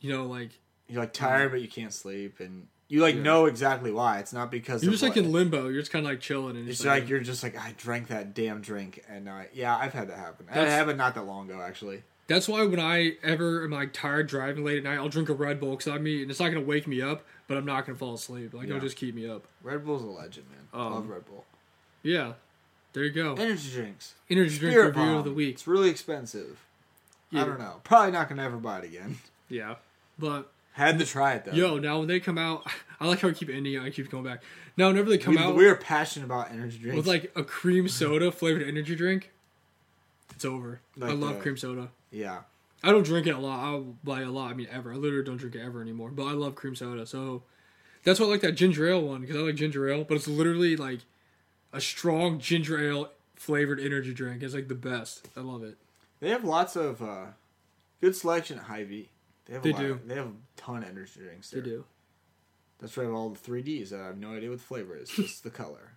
you know, like
You're like tired, but you can't sleep, and you like know exactly why. It's not because
you're
of
just like
what-
in limbo. You're just kind of like chilling and
It's
just
like you're just like I drank that damn drink, and I yeah, I've had that happen. I
That's-
happened not that long ago actually.
That's why when I ever am like tired driving late at night, I'll drink a Red Bull because I mean it's not gonna wake me up, but I'm not gonna fall asleep. Like
Yeah.
it'll just keep me up.
Red Bull's a legend, man. I
Um,
Love Red Bull.
Yeah, there you go.
Energy drinks.
Energy drink
Spirit
review
bomb.
of the week.
It's really expensive. I
Yeah.
don't know. Probably not gonna ever buy it again. [laughs]
Yeah, but
Had to try it though.
yo, now when they come out, [laughs] I like how I keep ending. it, I keep going back. Now whenever they come
we,
out
we are passionate about energy drinks.
with like a cream soda flavored energy drink, it's over. I
Like
love
the-
cream soda.
yeah,
I don't drink it a lot. I by a lot I mean ever. I literally don't drink it ever anymore. But I love cream soda, so that's why I like that ginger ale one because I like ginger ale. But it's literally like a strong ginger ale flavored energy drink. It's like the best. I love it.
they have lots of uh, good selection at Hy-Vee. They have a
They
lot
do.
Of, they have a ton of energy drinks.
They
There.
do.
That's why I have all the three Ds. I have no idea what the flavor is. Just the [laughs] color.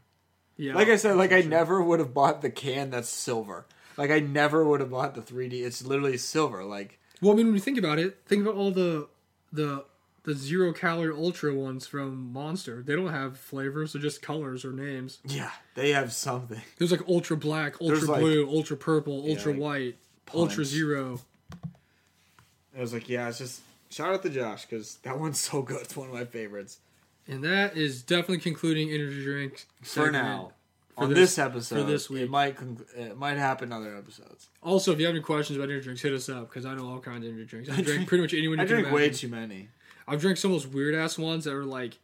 Yeah.
Like I said, like I never would have bought the can that's silver. Like I never would have bought the 3D. It's literally silver. Like
Well, I mean, when you think about it, think about all the the the zero calorie ultra ones from Monster. They don't have flavors; they're just colors or names.
yeah, they have something.
There's like ultra black, ultra
There's, like-
blue, ultra purple, ultra
like,
white, ultra
punch.
zero.
I was like, yeah, it's just shout out to Josh because that one's so good. It's one of my favorites
And that is definitely concluding energy drinks
for
segment.
now. On
this-
this, episode,
for this
it
week.
might conc- it might happen in other episodes.
Also, if you have any questions about energy drinks, hit us up because I know all kinds of energy drinks. I drink
drink-
pretty much anyone. You
[laughs] I drink
can
way
imagine.
too many.
I've drank some of those weird ass ones that are like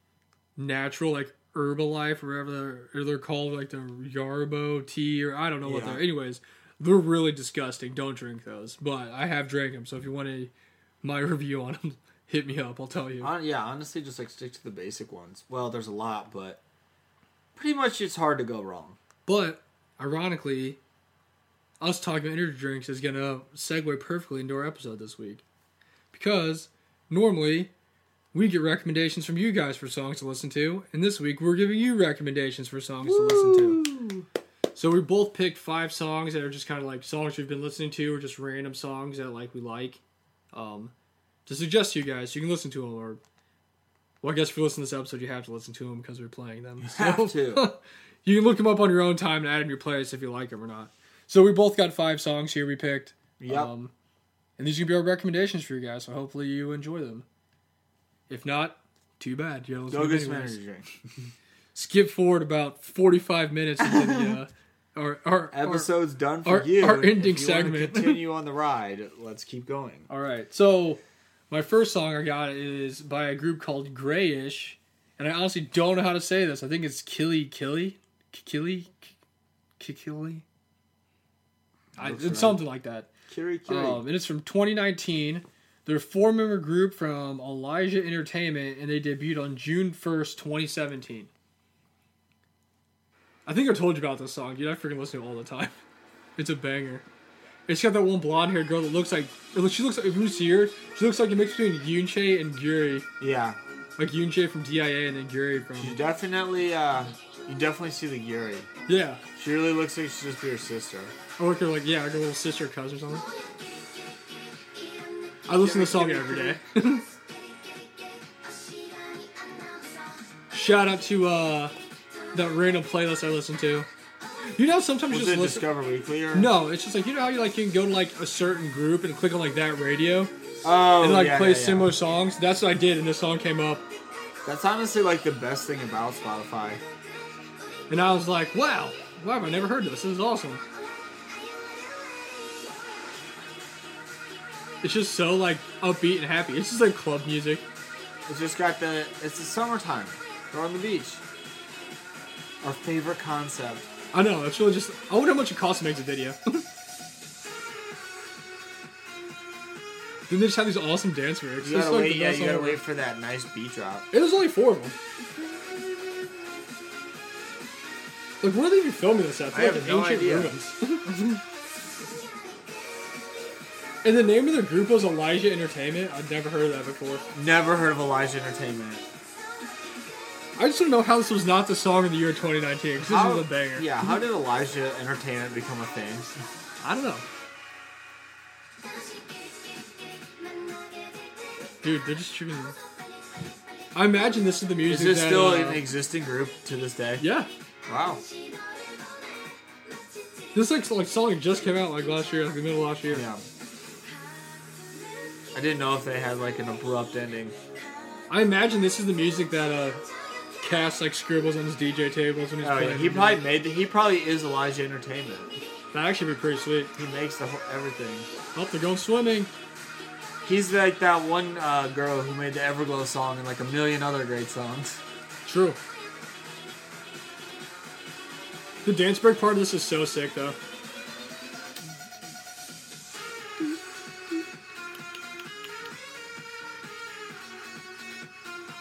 natural, like Herbalife or whatever they're, or they're called, like the Yarbo tea or I don't know what
Yeah.
they're. Anyways, they're really disgusting. Don't drink those. But I have drank them, so if you want a, my [laughs] review on them, hit me up. I'll tell you.
Hon- yeah, honestly, just like stick to the basic ones. Well, there's a lot, but pretty much it's hard to go wrong.
But ironically, us talking about energy drinks is gonna segue perfectly into our episode this week because normally. We get recommendations from you guys for songs to listen to, and this week we're giving you recommendations for songs to listen to. So we both picked five songs that are just kind of like songs we've been listening to, or just random songs that like we like, um, to suggest to you guys. You can listen to them, or well, I guess if you listen to this episode, you have to listen to them because we're playing them. So
Have to.
[laughs] you can look them up on your own time and add them to your playlist if you like them or not. So we both got five songs here we picked,
Yep.
um, and these are gonna be our recommendations for you guys. So hopefully you enjoy them. If not, too bad. You gotta listen
go
to them
get some
anyways
energy drink.
skip forward about 45 minutes into the uh, [laughs] our, our,
episode's done for
our-
you.
our ending
if you wanna
segment.
Continue
[laughs]
on the ride. Let's keep going.
Our, all right. So my first song I got is by a group called Grayish, and I honestly don't know how to say this. I think it's Killy Killy Killy Killy. I,
Looks
it's
right.
something like that.
Kiri Kiri.
Um, and it's from 2019. They're a four member group from Elijah Entertainment, and they debuted on June 1st, 2017. I think I told you about this song, dude. I freaking listen to it all the time. [laughs] It's a banger. It's got that one blonde haired girl that looks like it looks- she looks like if you see her, she looks like a mix between Yoonchae and Guri.
Yeah,
Like Yoonchae from DIA and then Guri from
you definitely, uh, you definitely see the Yuri.
Yeah.
She really looks like she's just be her sister.
Or like her like yeah, like a little sister or cousin or something. I listen to this song every day. Shout out to uh that random playlist I listen to. You know sometimes you
Was
just
it
listen
Discover Weekly or
No, it's just like you know how you like you can go to like a certain group and click on like that radio
Oh,
and like
yeah,
play
yeah, yeah.
similar songs. That's what I did, and this song came up,
That's honestly like the best thing about Spotify.
and I was like, "Wow, wow, have I never heard this? This is awesome." It's just so like upbeat and happy. It's just like club music.
It's just got the. It's the summertime. We're on the beach. Our favorite concept.
I know. It's really just. I wonder how much it costs to make the video. [laughs] then they just have these awesome dance moves.
You
It's
gotta
like
wait.
the
Yeah,
best
you
song
gotta
ever.
wait for that nice beat drop.
It was only four of them. Like, where are they even filming this at?
I
They're like
have
in
no
ancient
idea.
ruins. [laughs] and the name of their group was Elijah Entertainment. I'd never heard of that before.
Never heard of Elijah Entertainment.
I just don't know how this was not the song of the year 2019 because this
How-
was a banger.
Yeah, how did Elijah Entertainment become a thing?
I don't know. Dude, they're just choosing. I imagine this [laughs] is the
Is
music.
this
that,
still
uh,
an existing group to this day?
Yeah.
Wow.
This like, like song just came out like last year, like the middle of last year.
Yeah. I didn't know if they had like an abrupt ending.
I imagine this is the music that uh Cass like scribbles on his DJ tables when he's
Oh
playing.
yeah, he probably made. The, he probably is Elijah Entertainment.
that actually be pretty sweet.
He makes the whole, everything.
Oh, they're going swimming.
He's like that one uh, girl who made the Everglow song and like a million other great songs.
True. The dance break part of this is so sick though.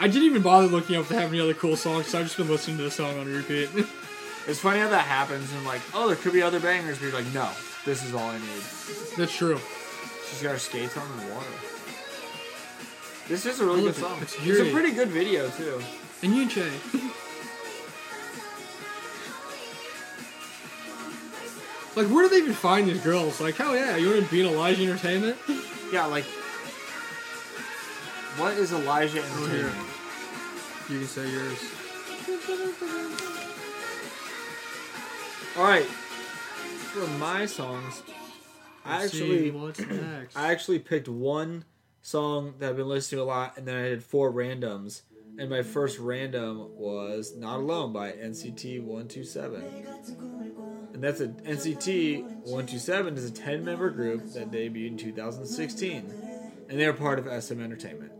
I didn't even bother looking up if they have any other cool songs. 'cause I've just been listening to this song on repeat. [laughs]
It's funny how that happens and like, oh, there could be other bangers, but you're like, no, this is all I need.
That's true.
She's got her skates on in the water. This is a really good
Look,
song.
it's
It's,
Yuri.
a pretty good video too.
And you, Jay. like, where do they even find these girls? Like, oh yeah, you want to be in Elijah Entertainment?
Yeah, like, what is Elijah
here.
Entertainment?
You can say yours.
All right, for my songs, I actually
[clears throat] what's next?
I actually picked one song that I've been listening to a lot, and then I did four randoms. And my first random was "Not Alone" by NCT One Two Seven, and that's a NCT One Two Seven is a ten member group that debuted in 2016, and they're part of SM Entertainment.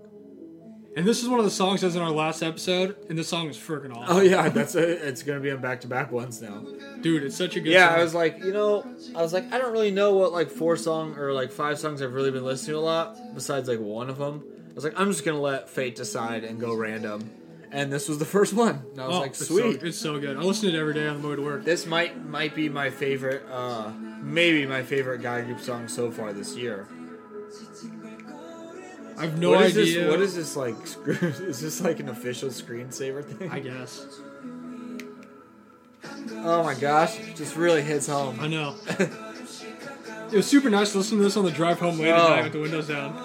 and this is one of the songs that's in our last episode, and this song is freaking
Oh
awesome.
yeah, that's a, it's gonna be on back to back ones now.
Dude, it's such a good
Oh. Yeah,
song.
I was like, you know, I was like, I don't really know what like four song or like five songs I've really been listening to a lot besides like one of them. I was like, I'm just gonna let fate decide and go random, and this was the first one. And I was
oh,
like,
it's so-
sweet,
It's so, good. I listen to it every day on the way to work.
this might might be my favorite, uh, maybe my favorite guy group song so far this year.
I have no
what is
idea.
this? What is this like? [laughs] scr- Is this like an official screensaver thing?
I guess.
oh my gosh, just really hits home.
I know. it was super nice listening to this on the drive home late at
Oh.
night with the windows down.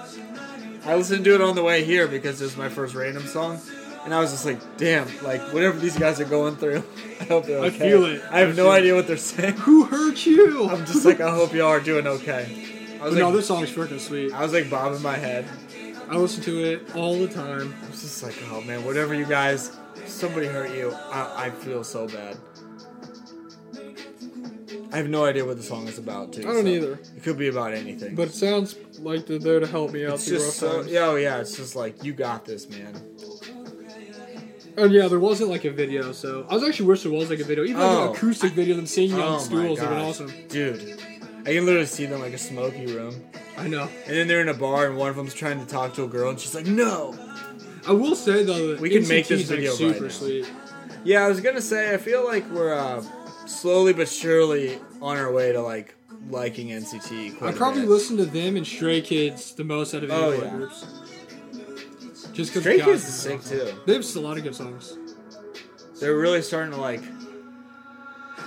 I listened to it on the way here because it was my first random song, and I was just like, "Damn! Like whatever these guys are going through, [laughs] I hope they're
I
okay."
feel it.
I have
I
no
feel it.
idea what they're saying. [laughs]
Who hurt you?
I'm just like, I hope y'all are doing okay. I was
no,
like,
this song's freaking sweet.
I was like bobbing my head.
I listen to it all the time.
I was just like, "Oh man, whatever you guys, somebody hurt you. I, I feel so bad." I have no idea what the song is about, too.
I don't
so
either.
It could be about anything.
But it sounds like they're there to help me out
it's
through
just
rough
so,
times.
yeah, oh yeah, it's just like you got this, man.
And Oh, yeah, there wasn't like a video, so I was actually wish there was like a video, even like
Oh.
an acoustic video of them singing
Oh
on stools.
my
Would have been
gosh.
awesome.
Dude, I can literally see them like a smoky room.
I know.
And then they're in a bar and one of them's trying to talk to a girl and she's like, no.
I will say though, that
We can
NCT
make this
is, like,
video right
super
now.
sweet.
Yeah, I was gonna say I feel like we're uh, slowly but surely on our way to like liking NCT.
I
Quite a
probably
bit.
listen to them and Stray Kids the most out of any
Oh,
boy
yeah.
groups. Just because
Stray Kids is sick too.
They have a lot of good songs.
They're really starting to like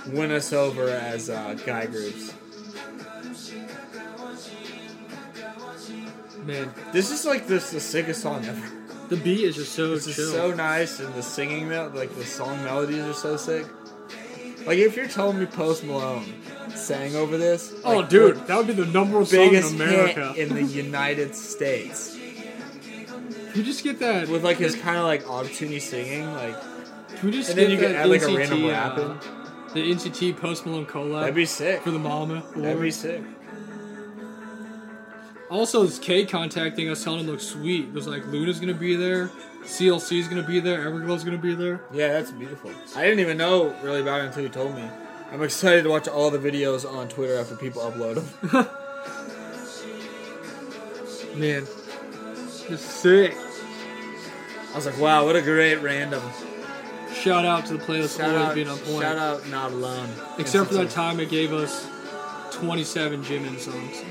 win us over as uh, guy groups.
Man,
This is like this the sickest song ever.
the beat is just so
This
chill.
is so nice, and the singing mel- like the song melodies are so sick. Like if you're telling me Post Malone sang over this,
oh,
like,
dude,
the
that would be the number one song in
biggest hit
America.
in the United States
Can we just get that
with like his kind of like auto-tuney singing, like
Can we just
and then
get
you can
that
add, like, a
NCT,
random
uh,
rap in?
the NCT Post Malone collab
that'd be sick.
for the Mama.
That'd be sick.
Also, this K contacting us, telling him looks sweet. There's like Luna's gonna be there, CLC's gonna be there, Everglow's gonna be there.
Yeah, that's beautiful. I didn't even know really about it until you told me. I'm excited to watch all the videos on Twitter after people upload them.
Man, just sick.
[laughs] I was like, wow, what a great random.
Shout out to the playlist
Shout
always
out,
being on point.
shout out, not alone.
Except for that
NCT.
time it gave us 27 Jimin songs.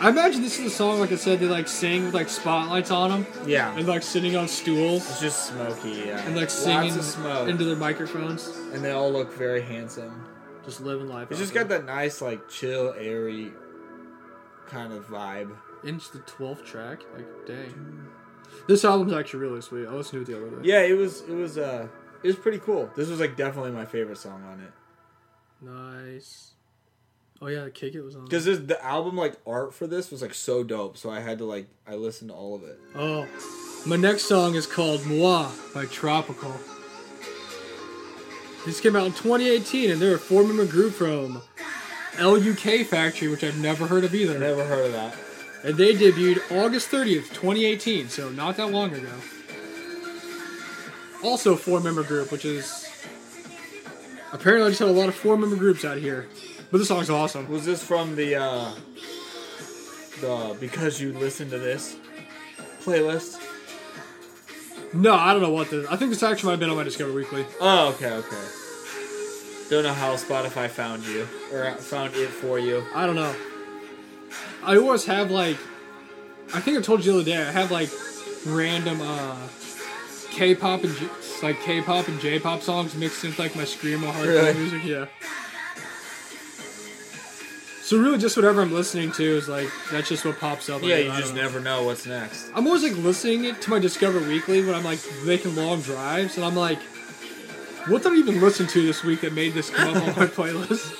I imagine this is the song, like I said, they like sing with like spotlights on them
Yeah.
and like sitting on stools
It's just smoky, yeah.
and like singing
Lots of smoke,
into their microphones.
and they all look very handsome.
Just living life.
It's
out
just got
there.
that nice, like, chill, airy kind of vibe.
And it's the 12th track. Like, dang. This album's actually really sweet. I listened to it the other day.
Yeah, it was, it was, uh, it was pretty cool. This was like definitely my favorite song on it
Nice. Oh, yeah, Kick It was on.
because the album like art for this was like so dope. So I had to like I listened to all of it.
Oh. My next song is called Moi by Tropical. This came out in 2018, and they're a four member group from LUK Factory, which I've never heard of either.
Never heard of that.
And they debuted August 30th, 2018, so not that long ago. Also, a four member group, which is. Apparently, I just had a lot of four member groups out here. But this song's awesome.
Was this from the uh the because you listen to this playlist?
No, I don't know what this. I think this actually might have been on my Discover Weekly.
Oh, okay, okay. Don't know how Spotify found you or found it for you.
I don't know. I always have like, I think I told you the other day. I have like random uh, K-pop and J- like K-pop and J-pop songs mixed into like my screamo hardcore
Really?
music. Yeah. So really, just whatever I'm listening to is like that's just what pops up.
Yeah,
like,
you
I
just
don't know.
never know what's next.
I'm always like listening it to my Discover Weekly when I'm like making long drives, and I'm like, what did I even listen to this week that made this come up
[laughs]
on my playlist?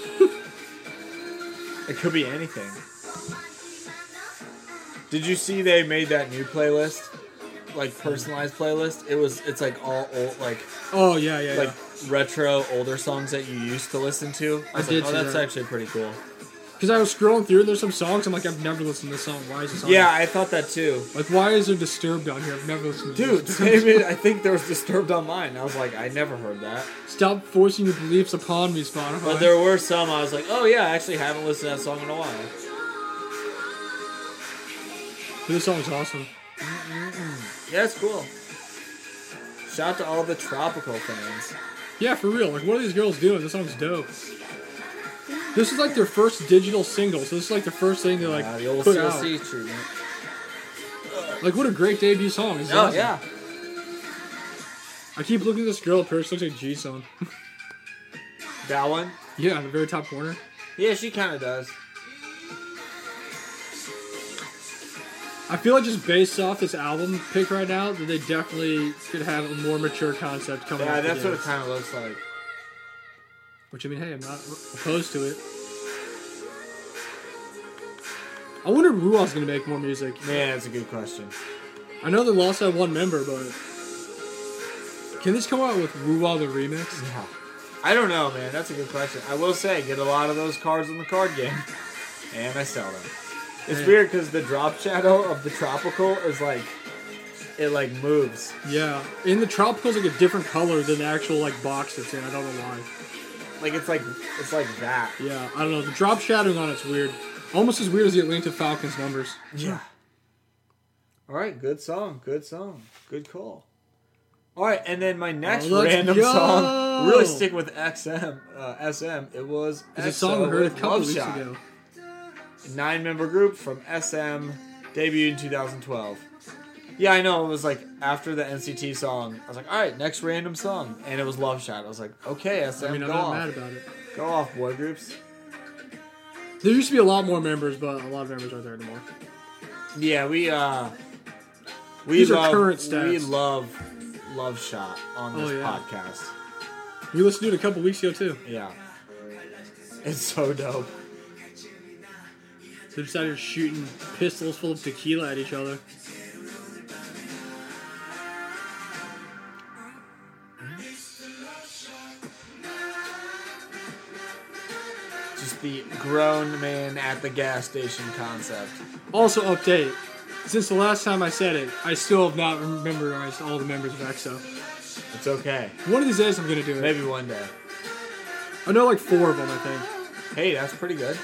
It could be anything. Did you see they made that new playlist? Like personalized playlist? It was it's like all old like
Oh yeah, yeah,
like
yeah.
retro older songs that you used to listen to. I,
I
was
did
like,
see
oh that's
that.
actually pretty cool.
Because I was scrolling through, there's some songs I'm like, I've never listened to this song. Why is this on?
Yeah, I thought that too.
here? Like, why is there Disturbed on here? I've never listened to
Dude, [laughs]
this.
David, I think there was Disturbed on mine. I was like, I never heard that.
[laughs] Stop forcing your beliefs upon me, Spotify.
But there were some I was like, oh yeah, I actually haven't listened to that song in a while.
But this song's awesome.
Yeah, it's cool. Shout out to all the tropical fans.
Yeah, for real. Like, what are these girls doing? This song's dope. This is like their first digital single, so this is like the first thing they like
Uh, the old
put out.
CLC treatment.
Like, what a great debut song! This is
Oh
awesome.
yeah.
I keep looking at this girl. Paris looks like G Song. [laughs]
That one?
yeah, in the very top corner.
Yeah, she kind of does.
I feel like just based off this album pick right now, that they definitely could have a more mature concept coming.
Yeah,
out
that's
the
what it
gates.
kind of looks like.
Which I mean, hey, I'm not opposed to it. I wonder if Rual's gonna make more music.
Man, that's a good question.
I know they lost that one member, but can this come out with Rual the remix?
Yeah. I don't know, man. That's a good question. I will say, get a lot of those cards in the card game, [laughs] and I sell them. It's
Yeah.
weird because the drop shadow of the tropical is like, it like moves.
Yeah, in the tropicals like a different color than the actual like box it's in. I don't know why.
Like it's like it's like that.
Yeah, I don't know. The drop shadowing on it's weird, almost as weird as the Atlanta Falcons numbers.
Yeah. All right, good song, good song, good call. All right, and then my next
Oh, let's
random
go!
song, really stick with XM, uh, SM. It was
It's a song we
EXO
heard a
with
couple
Love
weeks
Shot.
ago.
nine-member group from SM, debuted in 2012. Yeah, I know. It was like after the NCT song, I was like, all right, next random song, and it was Love Shot. I was like, okay, SM,
I mean, I'm
go
not
off,
mad about it.
go off, boy groups.
There used to be a lot more members, but a lot of members aren't there anymore.
Yeah, we uh, we
These are
love
current stats.
we love Love Shot on
Oh,
this
yeah.
podcast.
We listened to it a couple weeks ago too.
Yeah. It's so dope.
They decided shooting pistols full of tequila at each other.
Just the grown man at the gas station concept.
Also, update. Since the last time I said it, I still have not memorized all the members of EXO.
It's okay.
One of these days, I'm gonna do it.
Maybe one day.
I know like four of them, I think.
Hey, that's pretty good.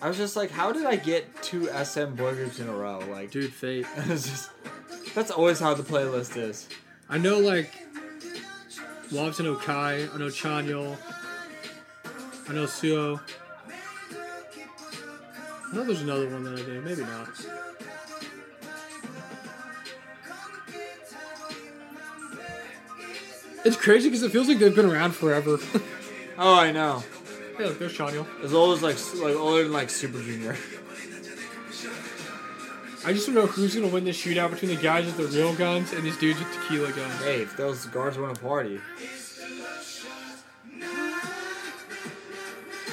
I was just like, how did I get two SM boy groups in a row? Like, dude,
Dude, fate.
[laughs] it's just, that's always how the playlist is.
I know like Wabs and Okai. I know Chanyo. I know Suo. I know there's another one that I did. Maybe not. It's crazy because it feels like they've been around forever. [laughs]
Oh, I know.
hey, look, there's Chanyo.
As old as like, s- like older than like Super Junior. [laughs]
I just don't know who's gonna win this shootout between the guys with the real guns and these dudes with tequila guns.
Hey, if those guards want to party.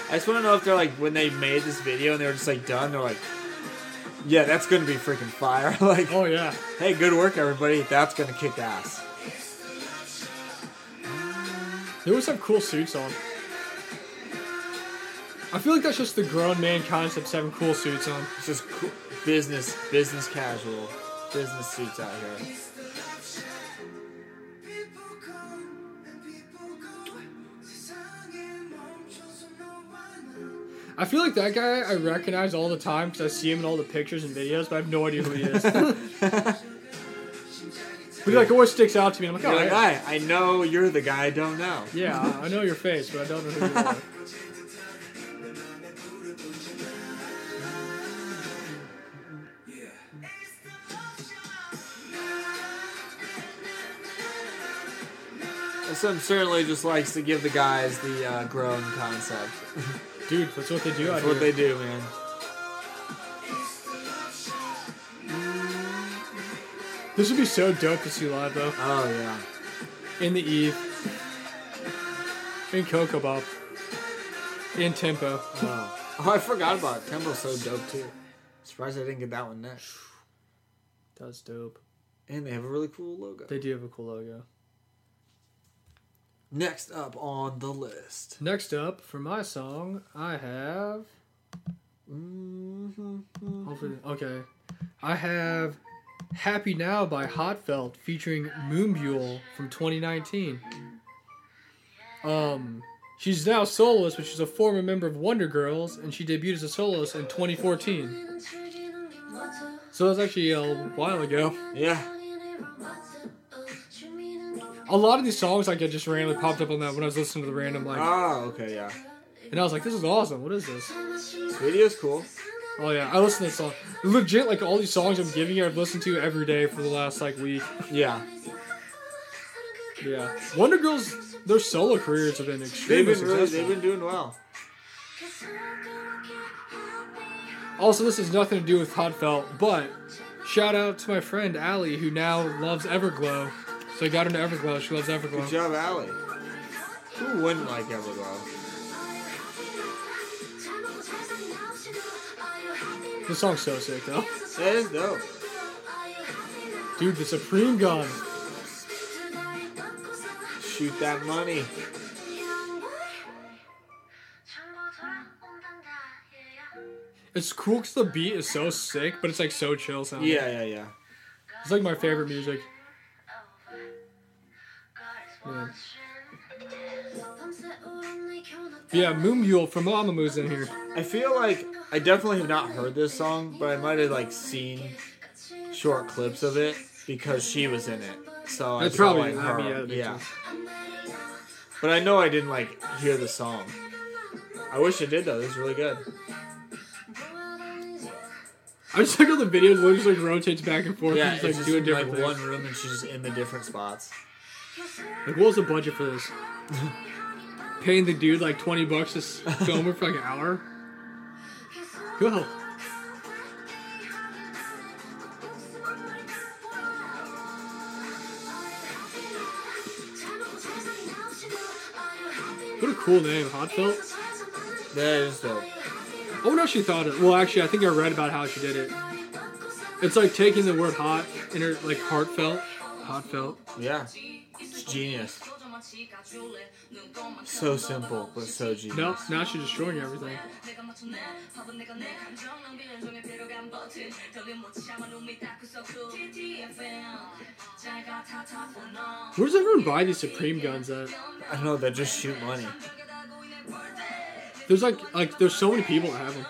I just want to know if they're like when they made this video and they were just like done. They're like, yeah, that's gonna be freaking fire. [laughs] like,
Oh yeah.
hey, good work, everybody. That's gonna kick ass.
There was some cool suits on. I feel like that's just the grown man concept having cool suits on.
It's just cool. business, business casual, business suits out here.
I feel like that guy I recognize all the time because I see him in all the pictures and videos, but I have no idea who
[laughs]
he is. but he like always sticks out to me. I'm like, oh,
You're like, "Ah."
I-
hi, I know you're the guy I don't know.
yeah, I know your face, but I don't know who
[laughs]
you are.
SM certainly just likes to give the guys the uh, grown concept.
Dude, that's what they do.
That's
out
what they
here.
do, man.
This would be so dope to see live though.
Oh yeah.
In the Eve, in Coco Bob, in Tempo.
Oh. oh, [laughs] I forgot about it. Tempo's so dope too. Surprised I didn't get that one next.
That's dope.
And they have a really cool logo.
They do have a cool logo.
Next up on the list.
Next up for my song, I have
hmm
hopefully okay. I have Happy Now by Hotfelt featuring Moonbule from 2019. Um she's now soloist, but she's a former member of Wonder Girls and she debuted as a soloist in 2014. So that's actually a while ago.
Yeah.
A lot of these songs like I just randomly popped up on that when I was listening to the random like
Oh, okay, yeah.
and I was like this is awesome. What is this?
This video's cool.
Oh yeah, I listen to this song. Legit, like all these songs I'm giving you, I've listened to every day for the last like week.
Yeah.
Yeah, Wonder Girls, their solo careers have been
They've
extremely
been really,
successful.
they've been doing well.
Also, this has nothing to do with Hotfelt, but shout out to my friend Allie who now loves Everglow. So I got into Everglow. She loves
Good
Everglow.
job, Allie. Who wouldn't like Everglow?
The song's so sick though.
That is dope.
Dude, the Supreme Gun.
Shoot that money.
It's cool because the beat is so sick, but it's like so chill sounding.
Yeah, yeah, yeah.
it's like my favorite music.
네.
Yeah, Moon Mule from Mamamoo in here.
I feel like I definitely have not heard this song, but I might have like seen short clips of it because she was in it. So I
That's
felt
probably-
like
I
her.
mean, yeah, that makes
yeah.
sense.
But I know I didn't like hear the song. I wish I did though. This is really good.
I just like all the videos where it just like rotates back and forth.
Yeah,
and
it's
just like
just
doing
in,
different
like
things.
one room and she's just in the different spots.
Like, what was the budget for this? Paying the dude like 20 bucks to s- film it for like an hour? Go. What a cool name, Hotfelt.
That is dope.
I wonder how she thought it. Well, actually, I think I read about how she did it. It's like taking the word hot, inner like heartfelt, heartfelt.
Yeah. It's genius. So simple, but so genius.
No, now she's destroying everything. Where does everyone buy these Supreme guns at?
I don't know, they just shoot money.
There's like like there's so many people that have them.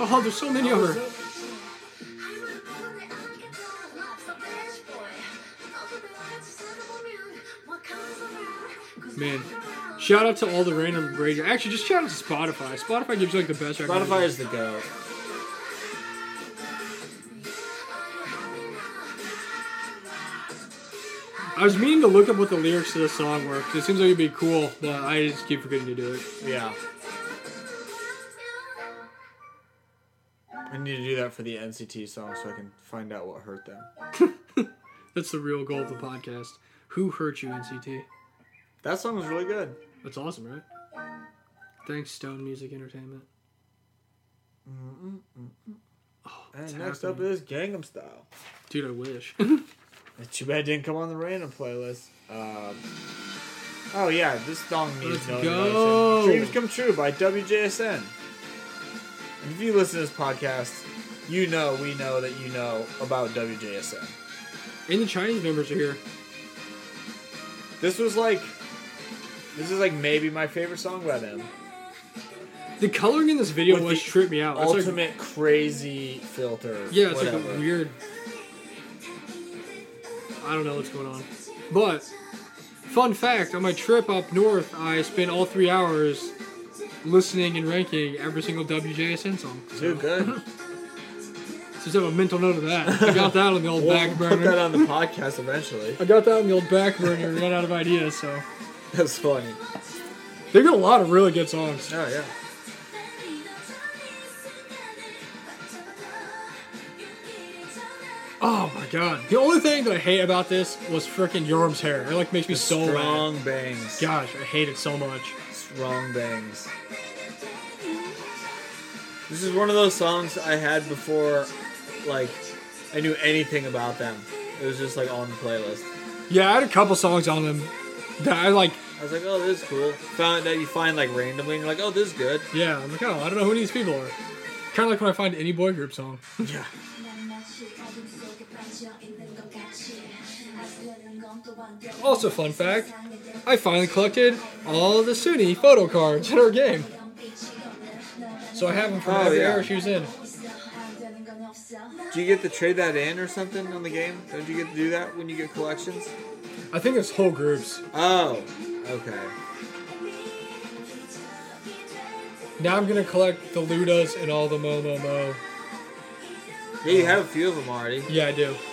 Oh, there's so many of her. Man, shout out to all the random radio. Actually, just shout out to Spotify. Spotify gives you like the best.
Spotify is the goat.
I was meaning to look up what the lyrics to this song were 'cause it seems like it'd be cool, but I just keep forgetting to do it.
Yeah. I need to do that for the NCT song so I can find out what hurt them.
That's the real goal of the podcast. Who hurt you, NCT?
That song was really good.
That's awesome, right? Thanks, Stone Music Entertainment. Oh,
And
it's
next
happening.
up is Gangnam Style.
dude, I wish. [laughs]
It's too bad it didn't come on the random playlist. Um, oh yeah, this song needs
Let's
no
go.
introduction. Dreams Come True by WJSN. And if you listen to this podcast, you know we know that you know about WJSN.
and the Chinese members are here.
This was like, this is like maybe my favorite song by them.
The coloring in this video
With
was
the
tripped me out. It's like-
Ultimate crazy filter.
yeah, it's
whatever.
like a weird. I don't know what's going on, but fun fact: on my trip up north, I spent all three hours listening and ranking every single WJSN song.
Too
[laughs]
good.
So just have a mental note of that. I got that on the
[laughs]
old
we'll
back
put that
burner.
on the podcast eventually. [laughs]
I got that on the old back burner. and Ran out of ideas, so
That's funny.
they got a lot of really good songs.
Oh yeah.
Oh my god! The only thing that I hate about this was freaking Yoram's hair. It like makes me so mad.
Strong bangs.
Gosh, I hate it so much.
Strong bangs. This is one of those songs I had before, like, I knew anything about them. It was just like on the playlist.
Yeah, I had a couple songs on them that I like.
I was like, oh, this is cool. Found that you find like randomly, and you're like, oh, this is good.
Yeah, I'm like, oh, I don't know who these people are. Kind of like when I find any boy group song.
Yeah.
Also, fun fact,
I finally collected all the Suni photo cards in our game, so I have them from
Oh,
every
yeah.
era she was in.
Do you get to trade that in or something on the game? Don't you get to do that when you get collections?
I think it's whole groups.
Oh, okay.
Now I'm gonna collect the Ludas and all the Mo Mo Mo.
Yeah, you have a few of them already.
Yeah, I do. [laughs]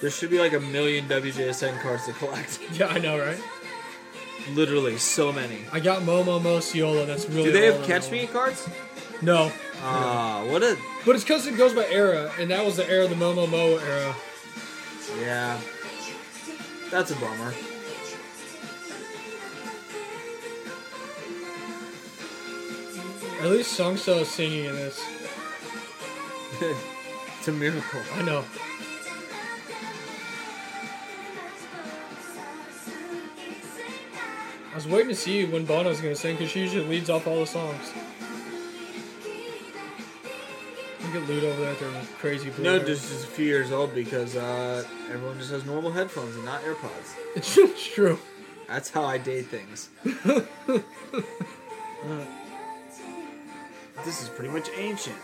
There should be like a million WJSN cards to collect. [laughs]
Yeah, I know, right?
Literally, so many.
I got Mo Mo Mo Ciola. That's really.
Do they
all
have
I
catch
know.
me cards?
No,
Ah, what a
but it's because it goes by era, and that was the era of the Mo Mo Mo era.
yeah. That's a bummer.
At least Songso is singing in this.
it's a miracle.
I know. I was waiting to see when Bono's gonna sing because she usually leads off all the songs. get Ludo over there with their crazy blue.
No,
hair.
just, just a few years old because uh, everyone just has normal headphones and not AirPods.
[laughs] it's, it's true.
That's how I date things. [laughs] This is pretty much ancient.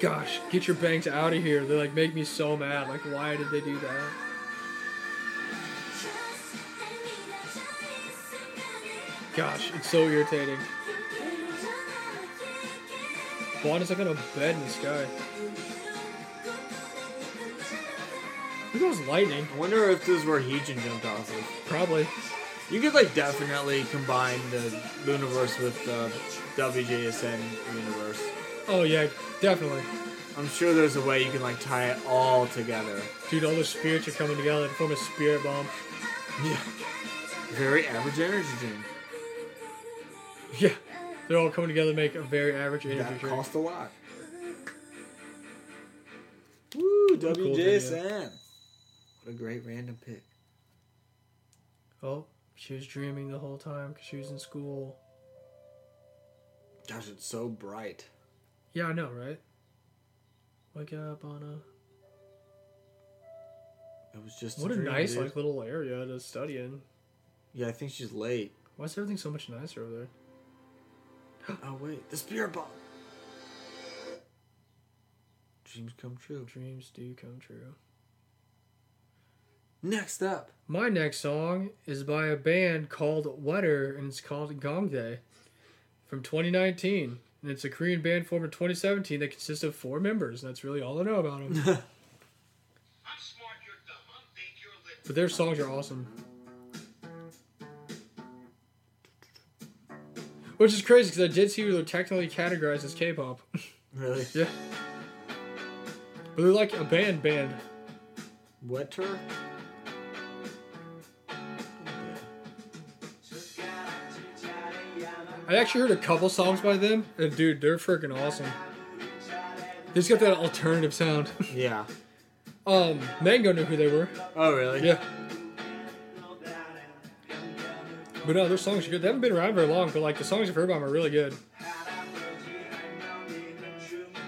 Gosh, get your banks out of here. They like make me so mad. Like, why did they do that? Gosh, it's so irritating. Juan is like on a bed in the sky. Look at those lightning.
I wonder if this is where Heejin jumped off of.
Probably.
You could like definitely combine the universe with the WJSN universe.
Oh yeah, definitely.
I'm sure there's a way you can like tie it all together.
Dude, all the spirits are coming together to form a spirit bomb. [laughs]
Yeah. Very average energy drink.
Yeah. They're all coming together to make a very average energy
That
drink.
cost a lot. Woo,
cool
WJSN. What a great random pick.
Oh, she was dreaming the whole time because she was in school.
Gosh, it's so bright.
Yeah, I know, right? Wake up on a
It was just
what a
dream,
nice
dude.
like little area to study in.
Yeah, I think she's [gasps] late.
Why is everything so much nicer over there?
Oh wait, the spirit bomb. Dreams come true.
Dreams do come true.
Next up,
My next song is by a band called Wetter and it's called Gong Dae from 2019. And it's a Korean band formed in 2017 that consists of four members. That's really all I know about them.
I'm smart, you're dumb. I'm big, you're little.
But their songs are awesome. Which is crazy because I did see they're technically categorized as K-pop. [laughs]
really
yeah. But they're like a band band.
wetter.
I actually heard a couple songs by them, and dude, they're freaking awesome. They just got that alternative sound. [laughs]
Yeah.
um, Mango knew who they were.
Oh really?
Yeah. But no, their songs are good. They haven't been around very long, but like the songs I've heard by them are really good.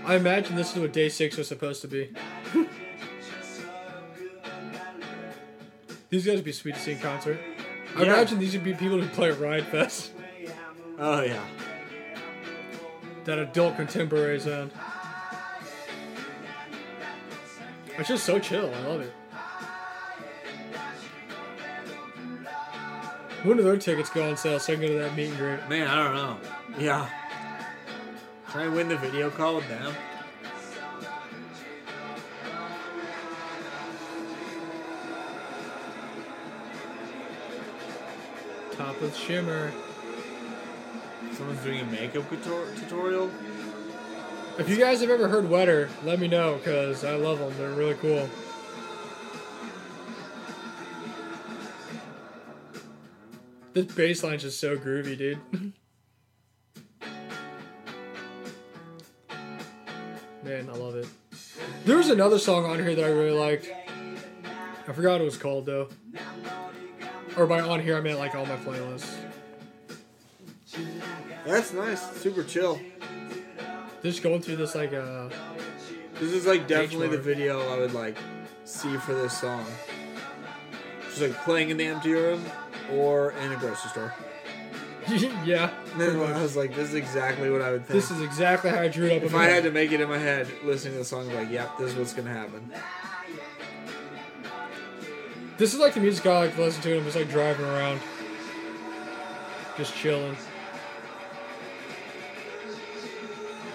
I imagine this is what day six was supposed to be. [laughs] These guys would be sweet to see in concert. I
Yeah.
imagine these would be people who play at Riot Fest.
Oh yeah.
That adult contemporary sound. It's just so chill. I love it. When do their tickets go on sale so I can go to that meet and greet?
Man, I don't know. Yeah. Try and win the video call with them.
Top of Shimmer.
Someone's doing a makeup tutor- tutorial.
If you guys have ever heard Wetter, let me know because I love them. They're really cool. This bass line's just so groovy, dude. [laughs] Man, I love it. There was another song on here that I really liked. I forgot what it was called though. Or by on here I meant like all my playlists.
That's nice. Super chill.
Just going through this like uh [laughs]
This is like definitely the
Benchmark.
video I would like see for this song. Just like playing in the empty room or in a grocery store. [laughs]
yeah.
And then I was like, this is exactly what I would think.
This is exactly how I drew it up.
if I had to make it in my head, listening to the song, like, yep, this is what's gonna happen.
This is like the music I like to listen to. when I'm just like driving around, just chilling.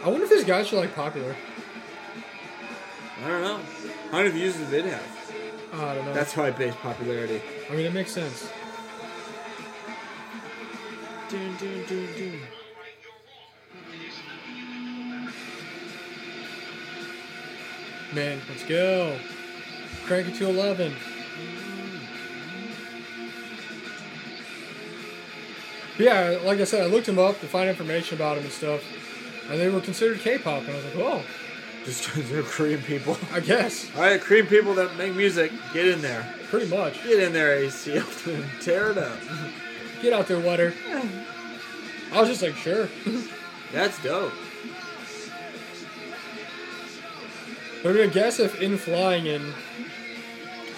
I wonder if these guys are like popular.
I don't know. How many views did it have?
I don't know.
That's how I base popularity.
I mean, it makes sense.
Dun, dun, dun, dun.
I'm right, you're wrong.
Man, let's go. Crank it to eleven. Yeah, like I said, I looked them up to find information about them and stuff, and they were considered K-pop, and I was like, oh,
Just [laughs] they're Korean people. [laughs]
I guess,
All right, Korean people that make music, get in there.
pretty much.
Get in there, ACL, and [laughs] tear it up.
Get out there, water. [laughs] I was just like, sure.
That's dope.
Who would guess if In Flying In?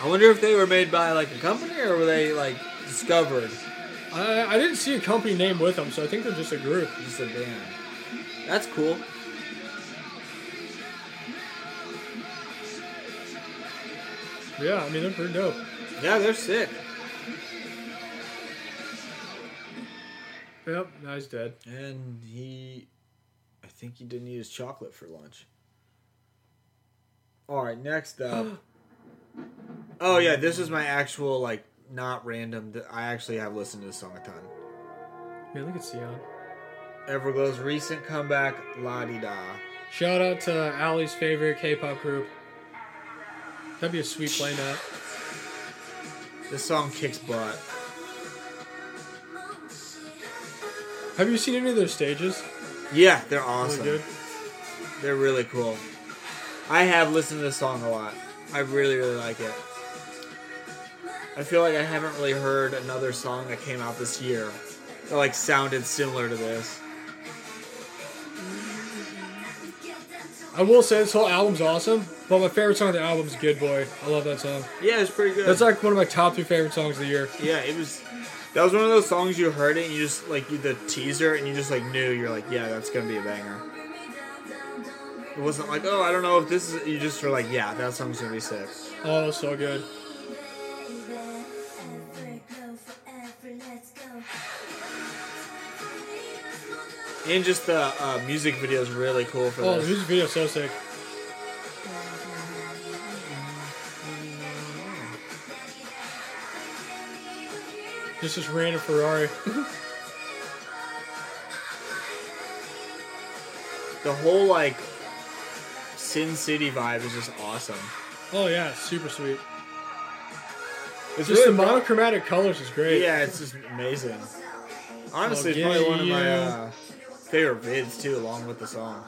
I wonder if they were made by like a company or were they like discovered
I, I didn't see a company name with them, so I think they're just a group.
just a band. That's cool.
Yeah, I mean they're pretty dope.
Yeah, they're sick.
Yep, now he's dead.
And he, I think he didn't eat his chocolate for lunch. All right, next [gasps] up. oh yeah, this is my actual like not random. th- I actually have listened to this song a ton.
Man, look at Sion.
Everglow's recent comeback, La Di Da.
Shout out to Ali's favorite K-pop group. That'd be a sweet play night.
This song kicks butt.
Have you seen any of their stages?
Yeah, they're
Really
awesome.
good.
They're really cool. I have listened to this song a lot. I really, really like it. I feel like I haven't really heard another song that came out this year that like sounded similar to this.
I will say this whole album's awesome, but my favorite song on the album is "Good Boy." I love that song.
Yeah, it's pretty good.
That's like one of my top three favorite songs of the year.
yeah, it was. That was one of those songs you heard it and you just like you, the teaser and you just like knew you're like yeah that's gonna be a banger. It wasn't like oh I don't know if this is you just were like yeah that song's gonna be sick.
Oh, so good.
And just the uh, music video is really cool for
Oh, the
this.
music video's so sick. Just this random Ferrari.
The whole like Sin City vibe is just awesome.
Oh yeah, super sweet.
It's
Just the
pro-
monochromatic colors is great.
Yeah, it's just amazing. Honestly, it's
I'll
probably
give
one of my
you-
uh, favorite vids too, along with the song.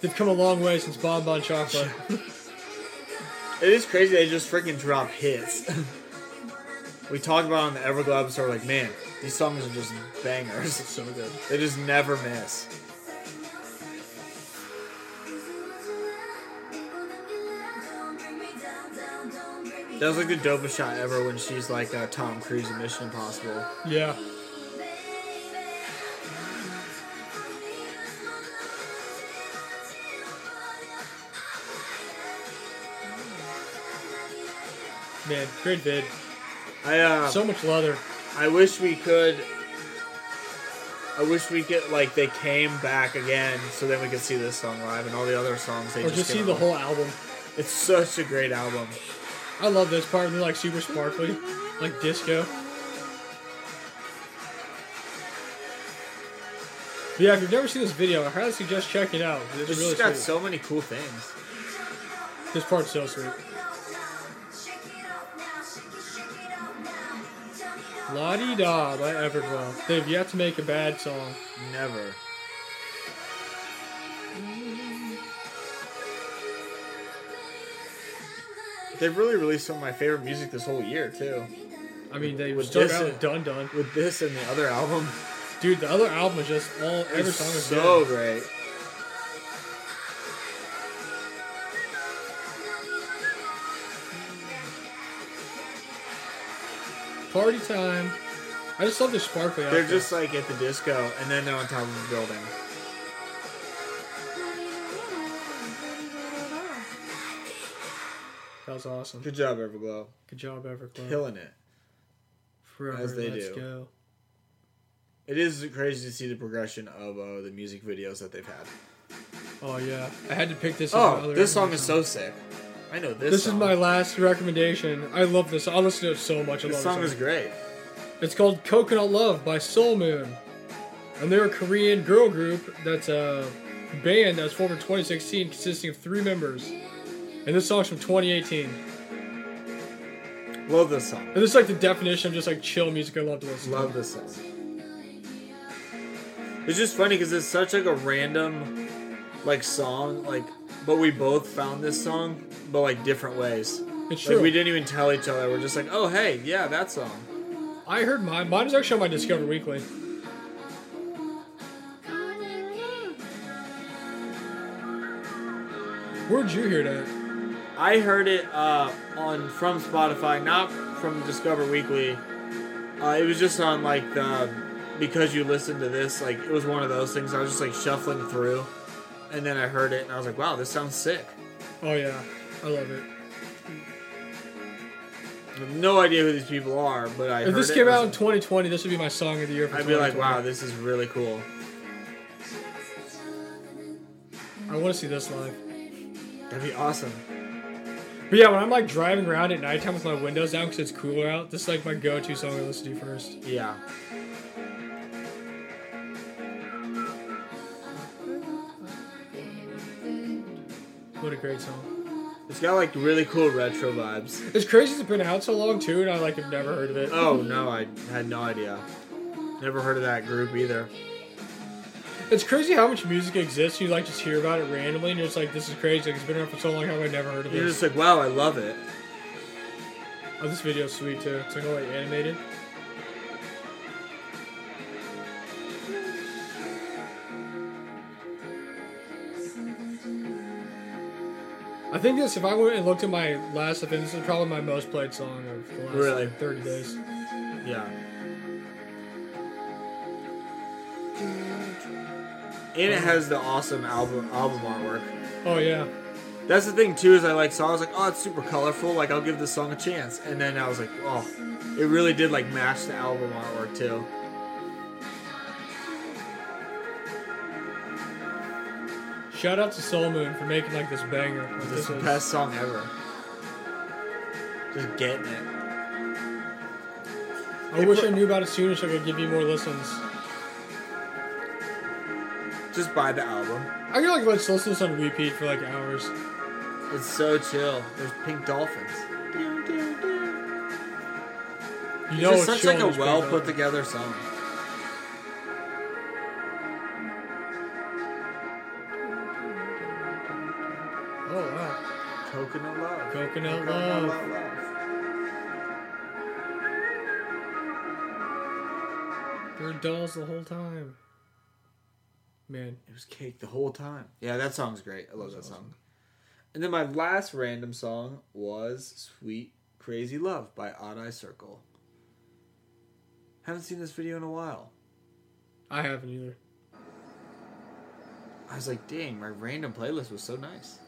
They've come a long way since Bon Bon Chocolate.
It is crazy they just freaking drop
[laughs]
hits. we talked about it on the Everglow episode, like man, these songs are just bangers.
so good.
They just never miss. That was like the dopest shot ever when she's like uh, Tom Cruise in Mission Impossible.
[laughs] Yeah. Man, great vid.
I uh,
So much leather.
I wish we could. I wish we could like they came back again, so then we could see this song live and all the other songs. They
Or
just,
just see
came
the
out.
whole album.
It's such a great album.
I love this part. They're like super sparkly, like disco. But yeah, if you've never seen this video, I highly suggest checking it out. It's
It's
really
just got
sweet.
so many cool things.
this part's so sweet. La Di Da by Everglow. They've yet to make a bad song.
Never. They've really released some of my favorite music this whole year too.
I mean, they
With
started
this,
out
uh,
with Dun Dun.
With this and the other album,
Dude, the other album is just all every
it's
song is
so
good.
great.
Party time. I just love the sparkly.
They're
outfit.
just like at the disco, and then they're on top of the building.
that was awesome.
Good job, Everglow,
Good job, Everglow.
killing it.
Forever,
as they
let's
do.
go.
It is crazy to see the progression of uh, the music videos that they've had.
Oh yeah, I had to pick this. as my
Oh,
other
this song
recommendation.
is so sick. I know this.
This is
song.
my last recommendation. I love this. I listen to it so much. I
This
love
song
this
is great.
It's called Coconut Love by Soul Moon. And they're a Korean girl group that's a band that was formed in 2016 consisting of three members. And this song's from 2018. And
Love this song.
this is like the definition of just like chill music I love to listen
Love this song. It's just funny because it's such like a random, like song. Like, but we both found this song, but like different ways.
to. It's
Like
true.
we didn't even tell each other. We're just like, oh hey, yeah, that song.
I heard mine. Mine is actually on my Discover Weekly. Where'd you hear that?
I heard it uh, on from Spotify, not from Discover Weekly. Uh, it was just on like the because you listen to this, like it was one of those things. I was just like shuffling through, and then I heard it, and I was like, "Wow, this sounds sick."
Oh yeah, I love it.
I have no idea who these people are, but I.
If
heard
this
it,
came
and I
out in
was
2020, this would be my song of the year. For
like, I'd be like,
2020.
"Wow, this is really cool."
I want to see this live.
That'd be awesome.
But yeah, when I'm like driving around at nighttime with my windows down because it's cooler out, this is like my go-to song I listen to first.
Yeah.
What a great song!
It's got like really cool retro vibes.
It's crazy it's been out so long too, and I like have never heard of it.
Oh no, I had no idea. Never heard of that group either.
It's crazy how much music exists. You like just hear about it randomly, and you're just like, "This is crazy! Like it's been around for so long. How have I never heard of
You're
this?"
just like, wow, I love it.
Oh, this video's sweet too. It's like all like animated. I think this. If I went and looked at my last, I think this is probably my most played song of the last
Really?
like, thirty days.
Yeah. And it has the awesome album album artwork.
Oh yeah,
That's the thing too, is I like saw I was like, oh, it's super colorful. Like I'll give this song a chance, and then I was like, oh, it really did like match the album artwork too.
shout out to Soul Moon for making like this banger. Like,
This is the best song ever. Just getting it.
I wish I knew about it sooner so I could give you more listens.
Just buy the album.
I could like let's listen to this on repeat for like hours.
It's so chill. There's pink dolphins.
You
It's
know,
just
it's
such
chill
like a
when it's
well
played
put
over.
together song.
Oh wow.
Coconut love.
Coconut Love. They were dolls the whole time. Man,
It was cake the whole time. Yeah, that song's great. I love that song. And then my last random song was "Sweet Crazy Love" by Odd Eye Circle. Haven't seen this video in a while.
I haven't either.
I was like, "Dang, my random playlist was so nice."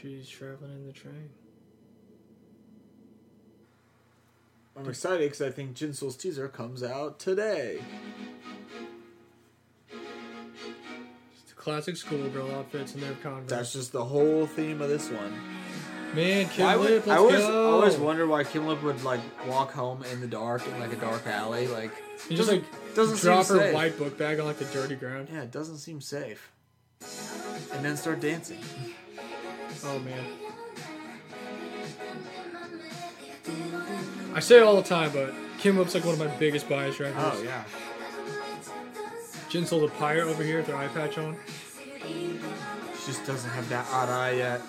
She's traveling in the train.
I'm excited because I think Jinsoul's teaser comes out today.
It's the classic schoolgirl outfits and their converse.
That's just the whole theme of this one.
Man, Kim
Why
Lip,
would, I
let's
always, I
go.
always wonder why Kim Lip would like walk home in the dark in like a dark alley. Like
You just like
doesn't seem
drop her
safe.
white book bag on like the dirty ground.
yeah, it doesn't seem safe. And then start dancing.
Oh man. I say it all the time, but Kim Lip's like one of my biggest bias right now.
Oh yeah.
Jinsoul's a pirate over here with their eye patch on.
She just doesn't have that odd eye yet.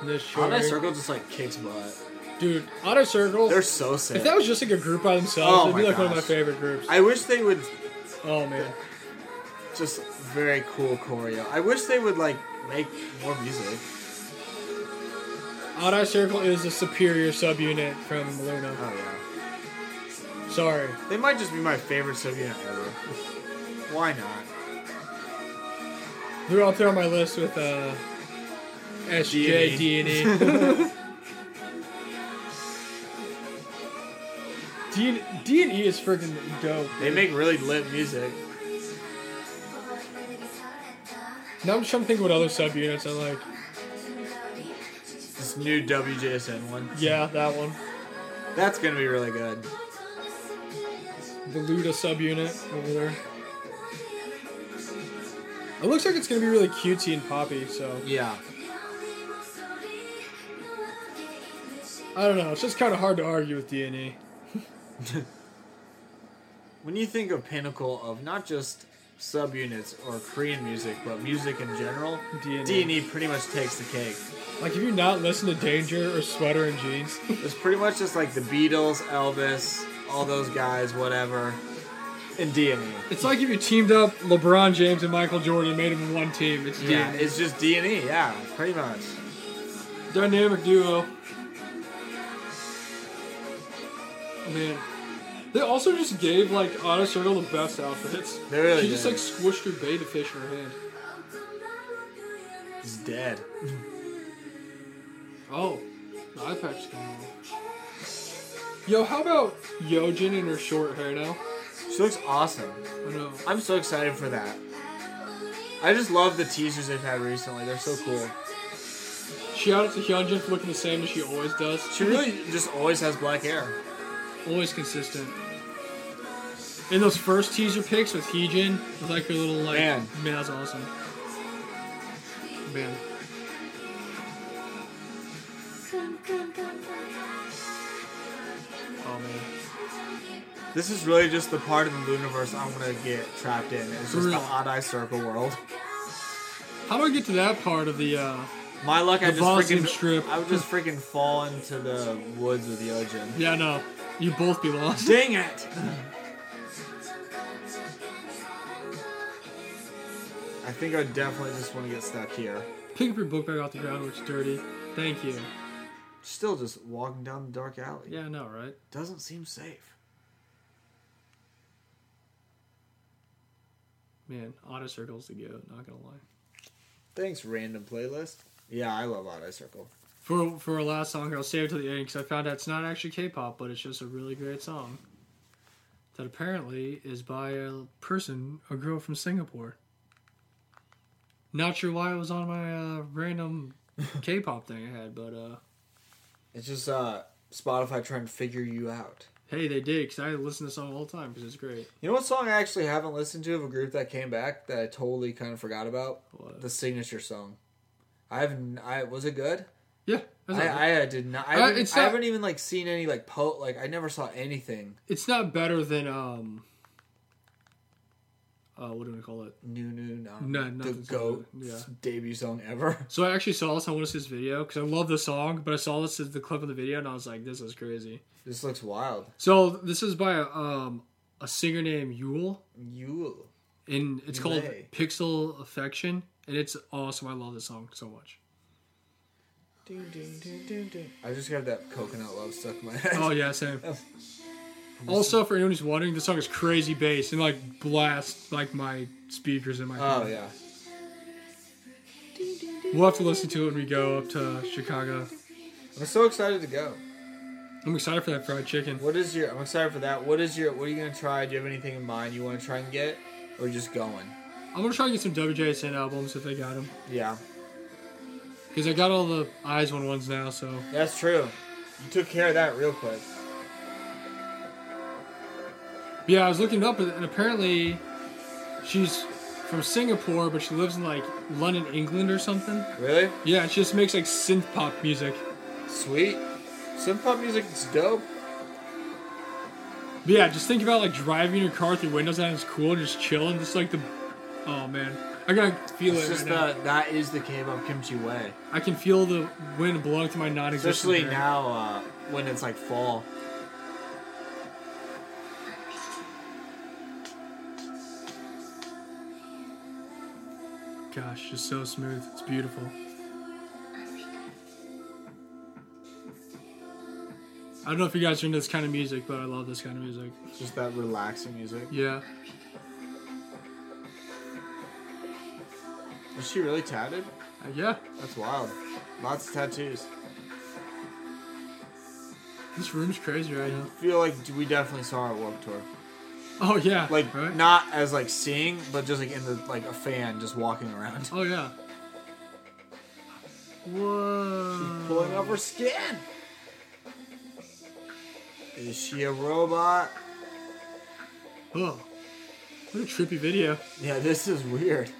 And this
Odd eye
short.
circle just like kicks butt.
Dude, Auto Circle.
They're so sick.
If that was just like a group by
Oh,
themselves, it'd be
my
like one of my
gosh.
favorite groups.
I wish they would
oh man.
just very cool choreo. I wish they would like make more music.
Odd Eye Circle is a superior subunit from Luna.
Oh yeah.
Sorry.
They might just be my favorite subunit ever. [laughs] Why not?
They're up there on my list with uh,
D&E.
SJ, D&E. D- D&E is freaking dope.
They make really lit music.
Now I'm just trying to think of what other subunits I like.
This new WJSN one.
Yeah, that one.
That's gonna be really good.
The Luda subunit over there. It looks like it's going to be really cutesy and poppy, so...
Yeah.
I don't know. It's just kind of hard to argue with E. D&E.
When you think of pinnacle of not just subunits or Korean music, but music in general,
D&E.
D&E pretty much takes the cake.
Like, if you not listen to Danger or Sweater and Jeans,
It's pretty much just like the Beatles, Elvis, all those guys, whatever. and D and E.
It's like if you teamed up LeBron James and Michael Jordan, made them one team. It's
Yeah,
yeah,
it's just D and E. Yeah, pretty much.
dynamic duo. Man, they also just gave like Anna Circle the best outfits.
They really
she just
did.
like squished her beta fish in her hand.
It's dead.
Oh, the eye patch came off. Yo, how about Yojin and her short hair now?
She looks awesome.
I know.
I'm so excited for that. I just love the teasers they've had recently. They're so cool.
Shout out to Hyunjin for looking the same as she always does.
She really just always has black hair.
always consistent. In those first teaser pics with Heejin, with like her little like
Man.
man that's awesome. Man. Oh man.
This is really just the part of the universe I'm gonna get trapped in. It's just the
Really?
odd eye circle world.
How do I get to that part of the uh
My luck, I
The
just
Bosnian
freaking
Strip.
I would just freaking fall into the woods with Yojin.
yeah no. You both be lost. [laughs]
Dang it! I think I definitely just want to get stuck here.
Pick up your book bag off the ground, which is dirty. Thank you.
Still just walking down the dark alley.
Yeah, I know, right?
Doesn't seem safe.
Man, auto circles to go, not gonna lie.
Thanks, random playlist. Yeah, I love Odd Eye Circle.
For for our last song, I'll save it to the end because I found out it's not actually K-pop, but it's just a really great song that apparently is by a person, a girl from Singapore. Not sure why it was on my uh,
[laughs]
random K-pop thing I had, but uh,
It's just uh, Spotify trying to figure you out.
hey, they did because I listen to the song all the time because it's great.
You know what song I actually haven't listened to of a group that came back that I totally kind of forgot about?
What?
The signature song. I haven't. I was it good?
Yeah, that's not-
I, I did not. I,
Uh,
haven't,
it's
I
not-
haven't even like seen any like po like I never saw anything
it's not better than um, uh, what do we call it?
new new no,
No,
the
nothing's
goat
really- yeah.
debut song ever. [laughs]
So I actually saw this on one of his video because I love the song, but I saw this as the clip of the video and I was like, this is crazy.
This looks wild.
So this is by a, um, a singer named Yule,
You
and it's called
Yule.
Pixel Affection, and it's awesome. I love this song so much.
I just got that coconut love stuck in my [laughs] head.
Oh yeah, same. Also, for anyone who's wondering, this song is crazy bass and like blast like my speakers in my.
Oh
head.
yeah.
We'll have to listen to it when we go up to Chicago.
I'm so excited to go.
I'm excited for that fried chicken.
What is your? I'm excited for that. What is your? What are you gonna try? Do you have anything in mind you want to try and get, or just going?
I'm gonna try and get some WJSN albums if they got them,
Yeah,
because I got all the Eyes One ones now. So
that's true. You took care of that real quick.
Yeah, I was looking it up, and apparently she's from Singapore, but she lives in like London, England, or something.
Really?
Yeah, she just makes like synth pop music.
Sweet. Synth pop music is dope.
But yeah, just think about like driving your car through windows down. It's cool and just chilling, just like the. Oh man, I gotta feel
It's
it
just
right now.
the that is the K-pop kimchi way,
I can feel the wind blowing through my non-existent.
especially
hair.
now uh, when it's like fall.
Gosh, it's so smooth. It's beautiful. I don't know if you guys are into this kind of music, but I love this kind of music.
It's just that relaxing music.
Yeah.
Is she really tatted?
Uh, Yeah,
That's wild. Lots of tattoos.
this room's crazy right now.
Feel like we definitely saw her at Warped Tour.
Oh yeah,
Like
right?
not as like seeing, but just like in the like a fan just walking around. [laughs]
Oh yeah. Whoa.
Pulling up her skin. Is she a robot?
Oh, what a trippy video.
Yeah, this is weird.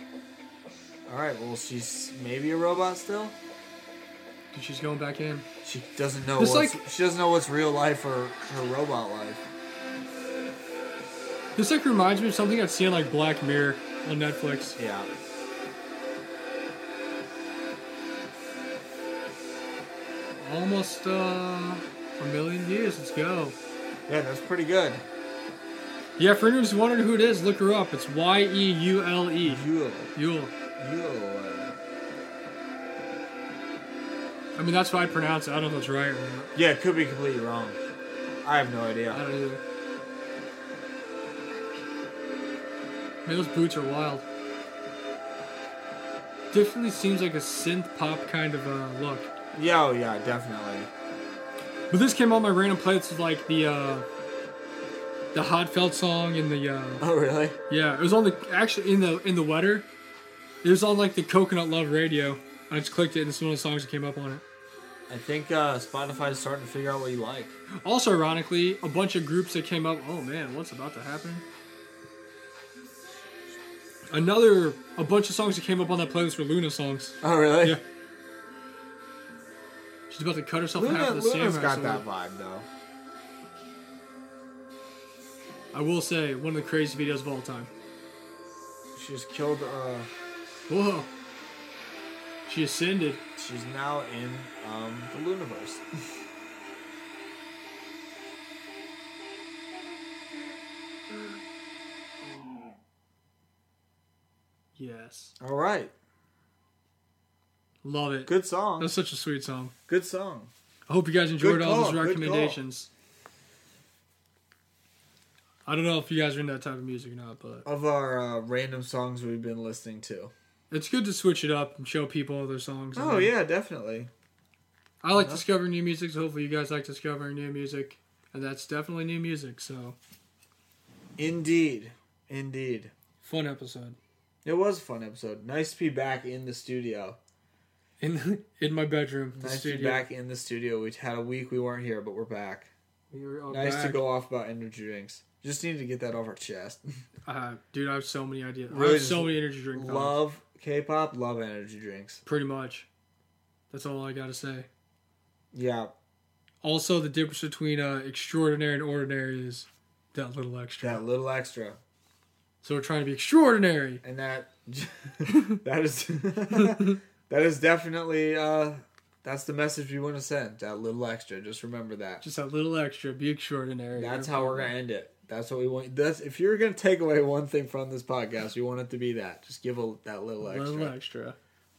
All right, well she's maybe a robot still.
Dude, she's going back in.
She doesn't know.
It's
What's,
like-
she doesn't know what's real life or her robot life.
This like reminds me of something I've seen on, like Black Mirror on Netflix.
Yeah.
Almost uh, a million views. Let's go.
Yeah, that's pretty good.
Yeah, for anyone's wondering who it is, look her up. It's Y E U L E.
Yule.
Yule.
Yule.
I mean, that's how I pronounce it. I don't know if that's right or not.
Yeah, it could be completely wrong. I have no
I
idea.
don't either. Man, those boots are wild. Definitely seems like a synth pop kind of uh, look.
Yeah, oh yeah, definitely.
But this came on my random play. This is like the uh, the Hot Felt song and the uh,
[laughs] Oh really?
yeah. It was on the actually in the in the wetter. It was on like the Coconut Love radio. I just clicked it and it's one of the songs that came up on it.
I think uh, Spotify is starting to figure out what you like.
Also, ironically, a bunch of groups that came up. Oh man, what's about to happen? Another, a bunch of songs that came up on that playlist were Luna songs.
Oh really?
Yeah. She's about to cut herself in half
Luna,
with a
Luna's
samurai
got
sword.
that vibe though.
I will say, one of the crazy videos of all time.
She just killed. Uh,
Whoa. She ascended.
she's now in um, the Luniverse.
Yes.
[laughs] All right,
Love it.
good song.
That's such a sweet song.
Good song.
I hope you guys enjoyed
Good
all those
call, good call.
recommendations. I don't know if you guys are into that type of music or not, but
Of our uh, random songs we've been listening to.
it's good to switch it up and show people other songs. I
Oh
mean,
yeah, definitely.
I like discovering new music, so hopefully you guys like discovering new music. And that's definitely new music, so
Indeed, indeed.
fun episode.
It was a fun episode. Nice to be back in the studio.
In in my bedroom, the
nice to be
studio.
back in the studio. We had a week we weren't here, but we're back.
We were all
nice to
back.
go off about energy drinks. Just needed to get that off our chest.
Uh, dude, I have so many ideas. I
Really
have
just
so many energy drink thoughts.
love K-pop. Love energy drinks.
Pretty much. That's all I gotta say.
Yeah,
Also, the difference between uh, extraordinary and ordinary is that little extra.
that little extra
So we're trying to be extraordinary.
and that [laughs] that is [laughs] that is definitely uh that's the message we want to send. That little extra. Just remember that.
Just that little extra. Be extraordinary.
That's how we're gonna end it. That's what we want. That's if you're gonna take away one thing from this podcast, we want it to be that. Just give a, that little extra.
Little extra.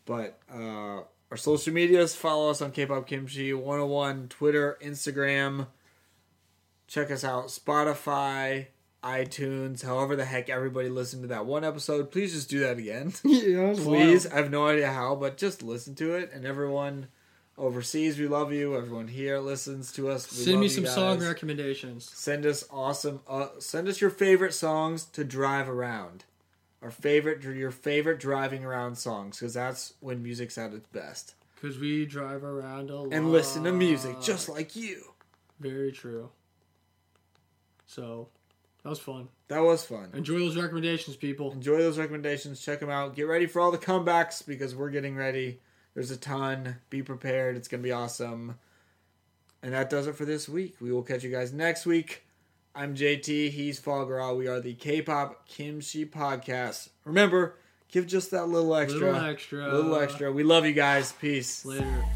But uh, our social medias follow us on K-pop Kimchi 101, Twitter, Instagram. Check us out, Spotify, iTunes, however the heck everybody listened to that one episode. Please just do that
[laughs]
again. Please, I have no idea how, but just listen to it. And everyone overseas, we love you. Everyone here listens to us. We
Send me
love you
some song
guys.
recommendations.
Send us awesome. Uh, send us your favorite songs to drive around. Our favorite, your favorite driving around songs, because that's when music's at its best.
Because we drive around a lot.
And listen to music just like you.
Very true. So, that was fun.
That was fun.
Enjoy those recommendations, people.
Enjoy those recommendations. Check them out. Get ready for all the comebacks because we're getting ready. There's a ton. Be prepared. It's gonna be awesome. And that does it for this week. We will catch you guys next week. I'm JT. He's Fogra. We are the K-pop Kimchi podcast. Remember, give just that little extra.
Little extra.
little extra. We love you guys. Peace.
Later.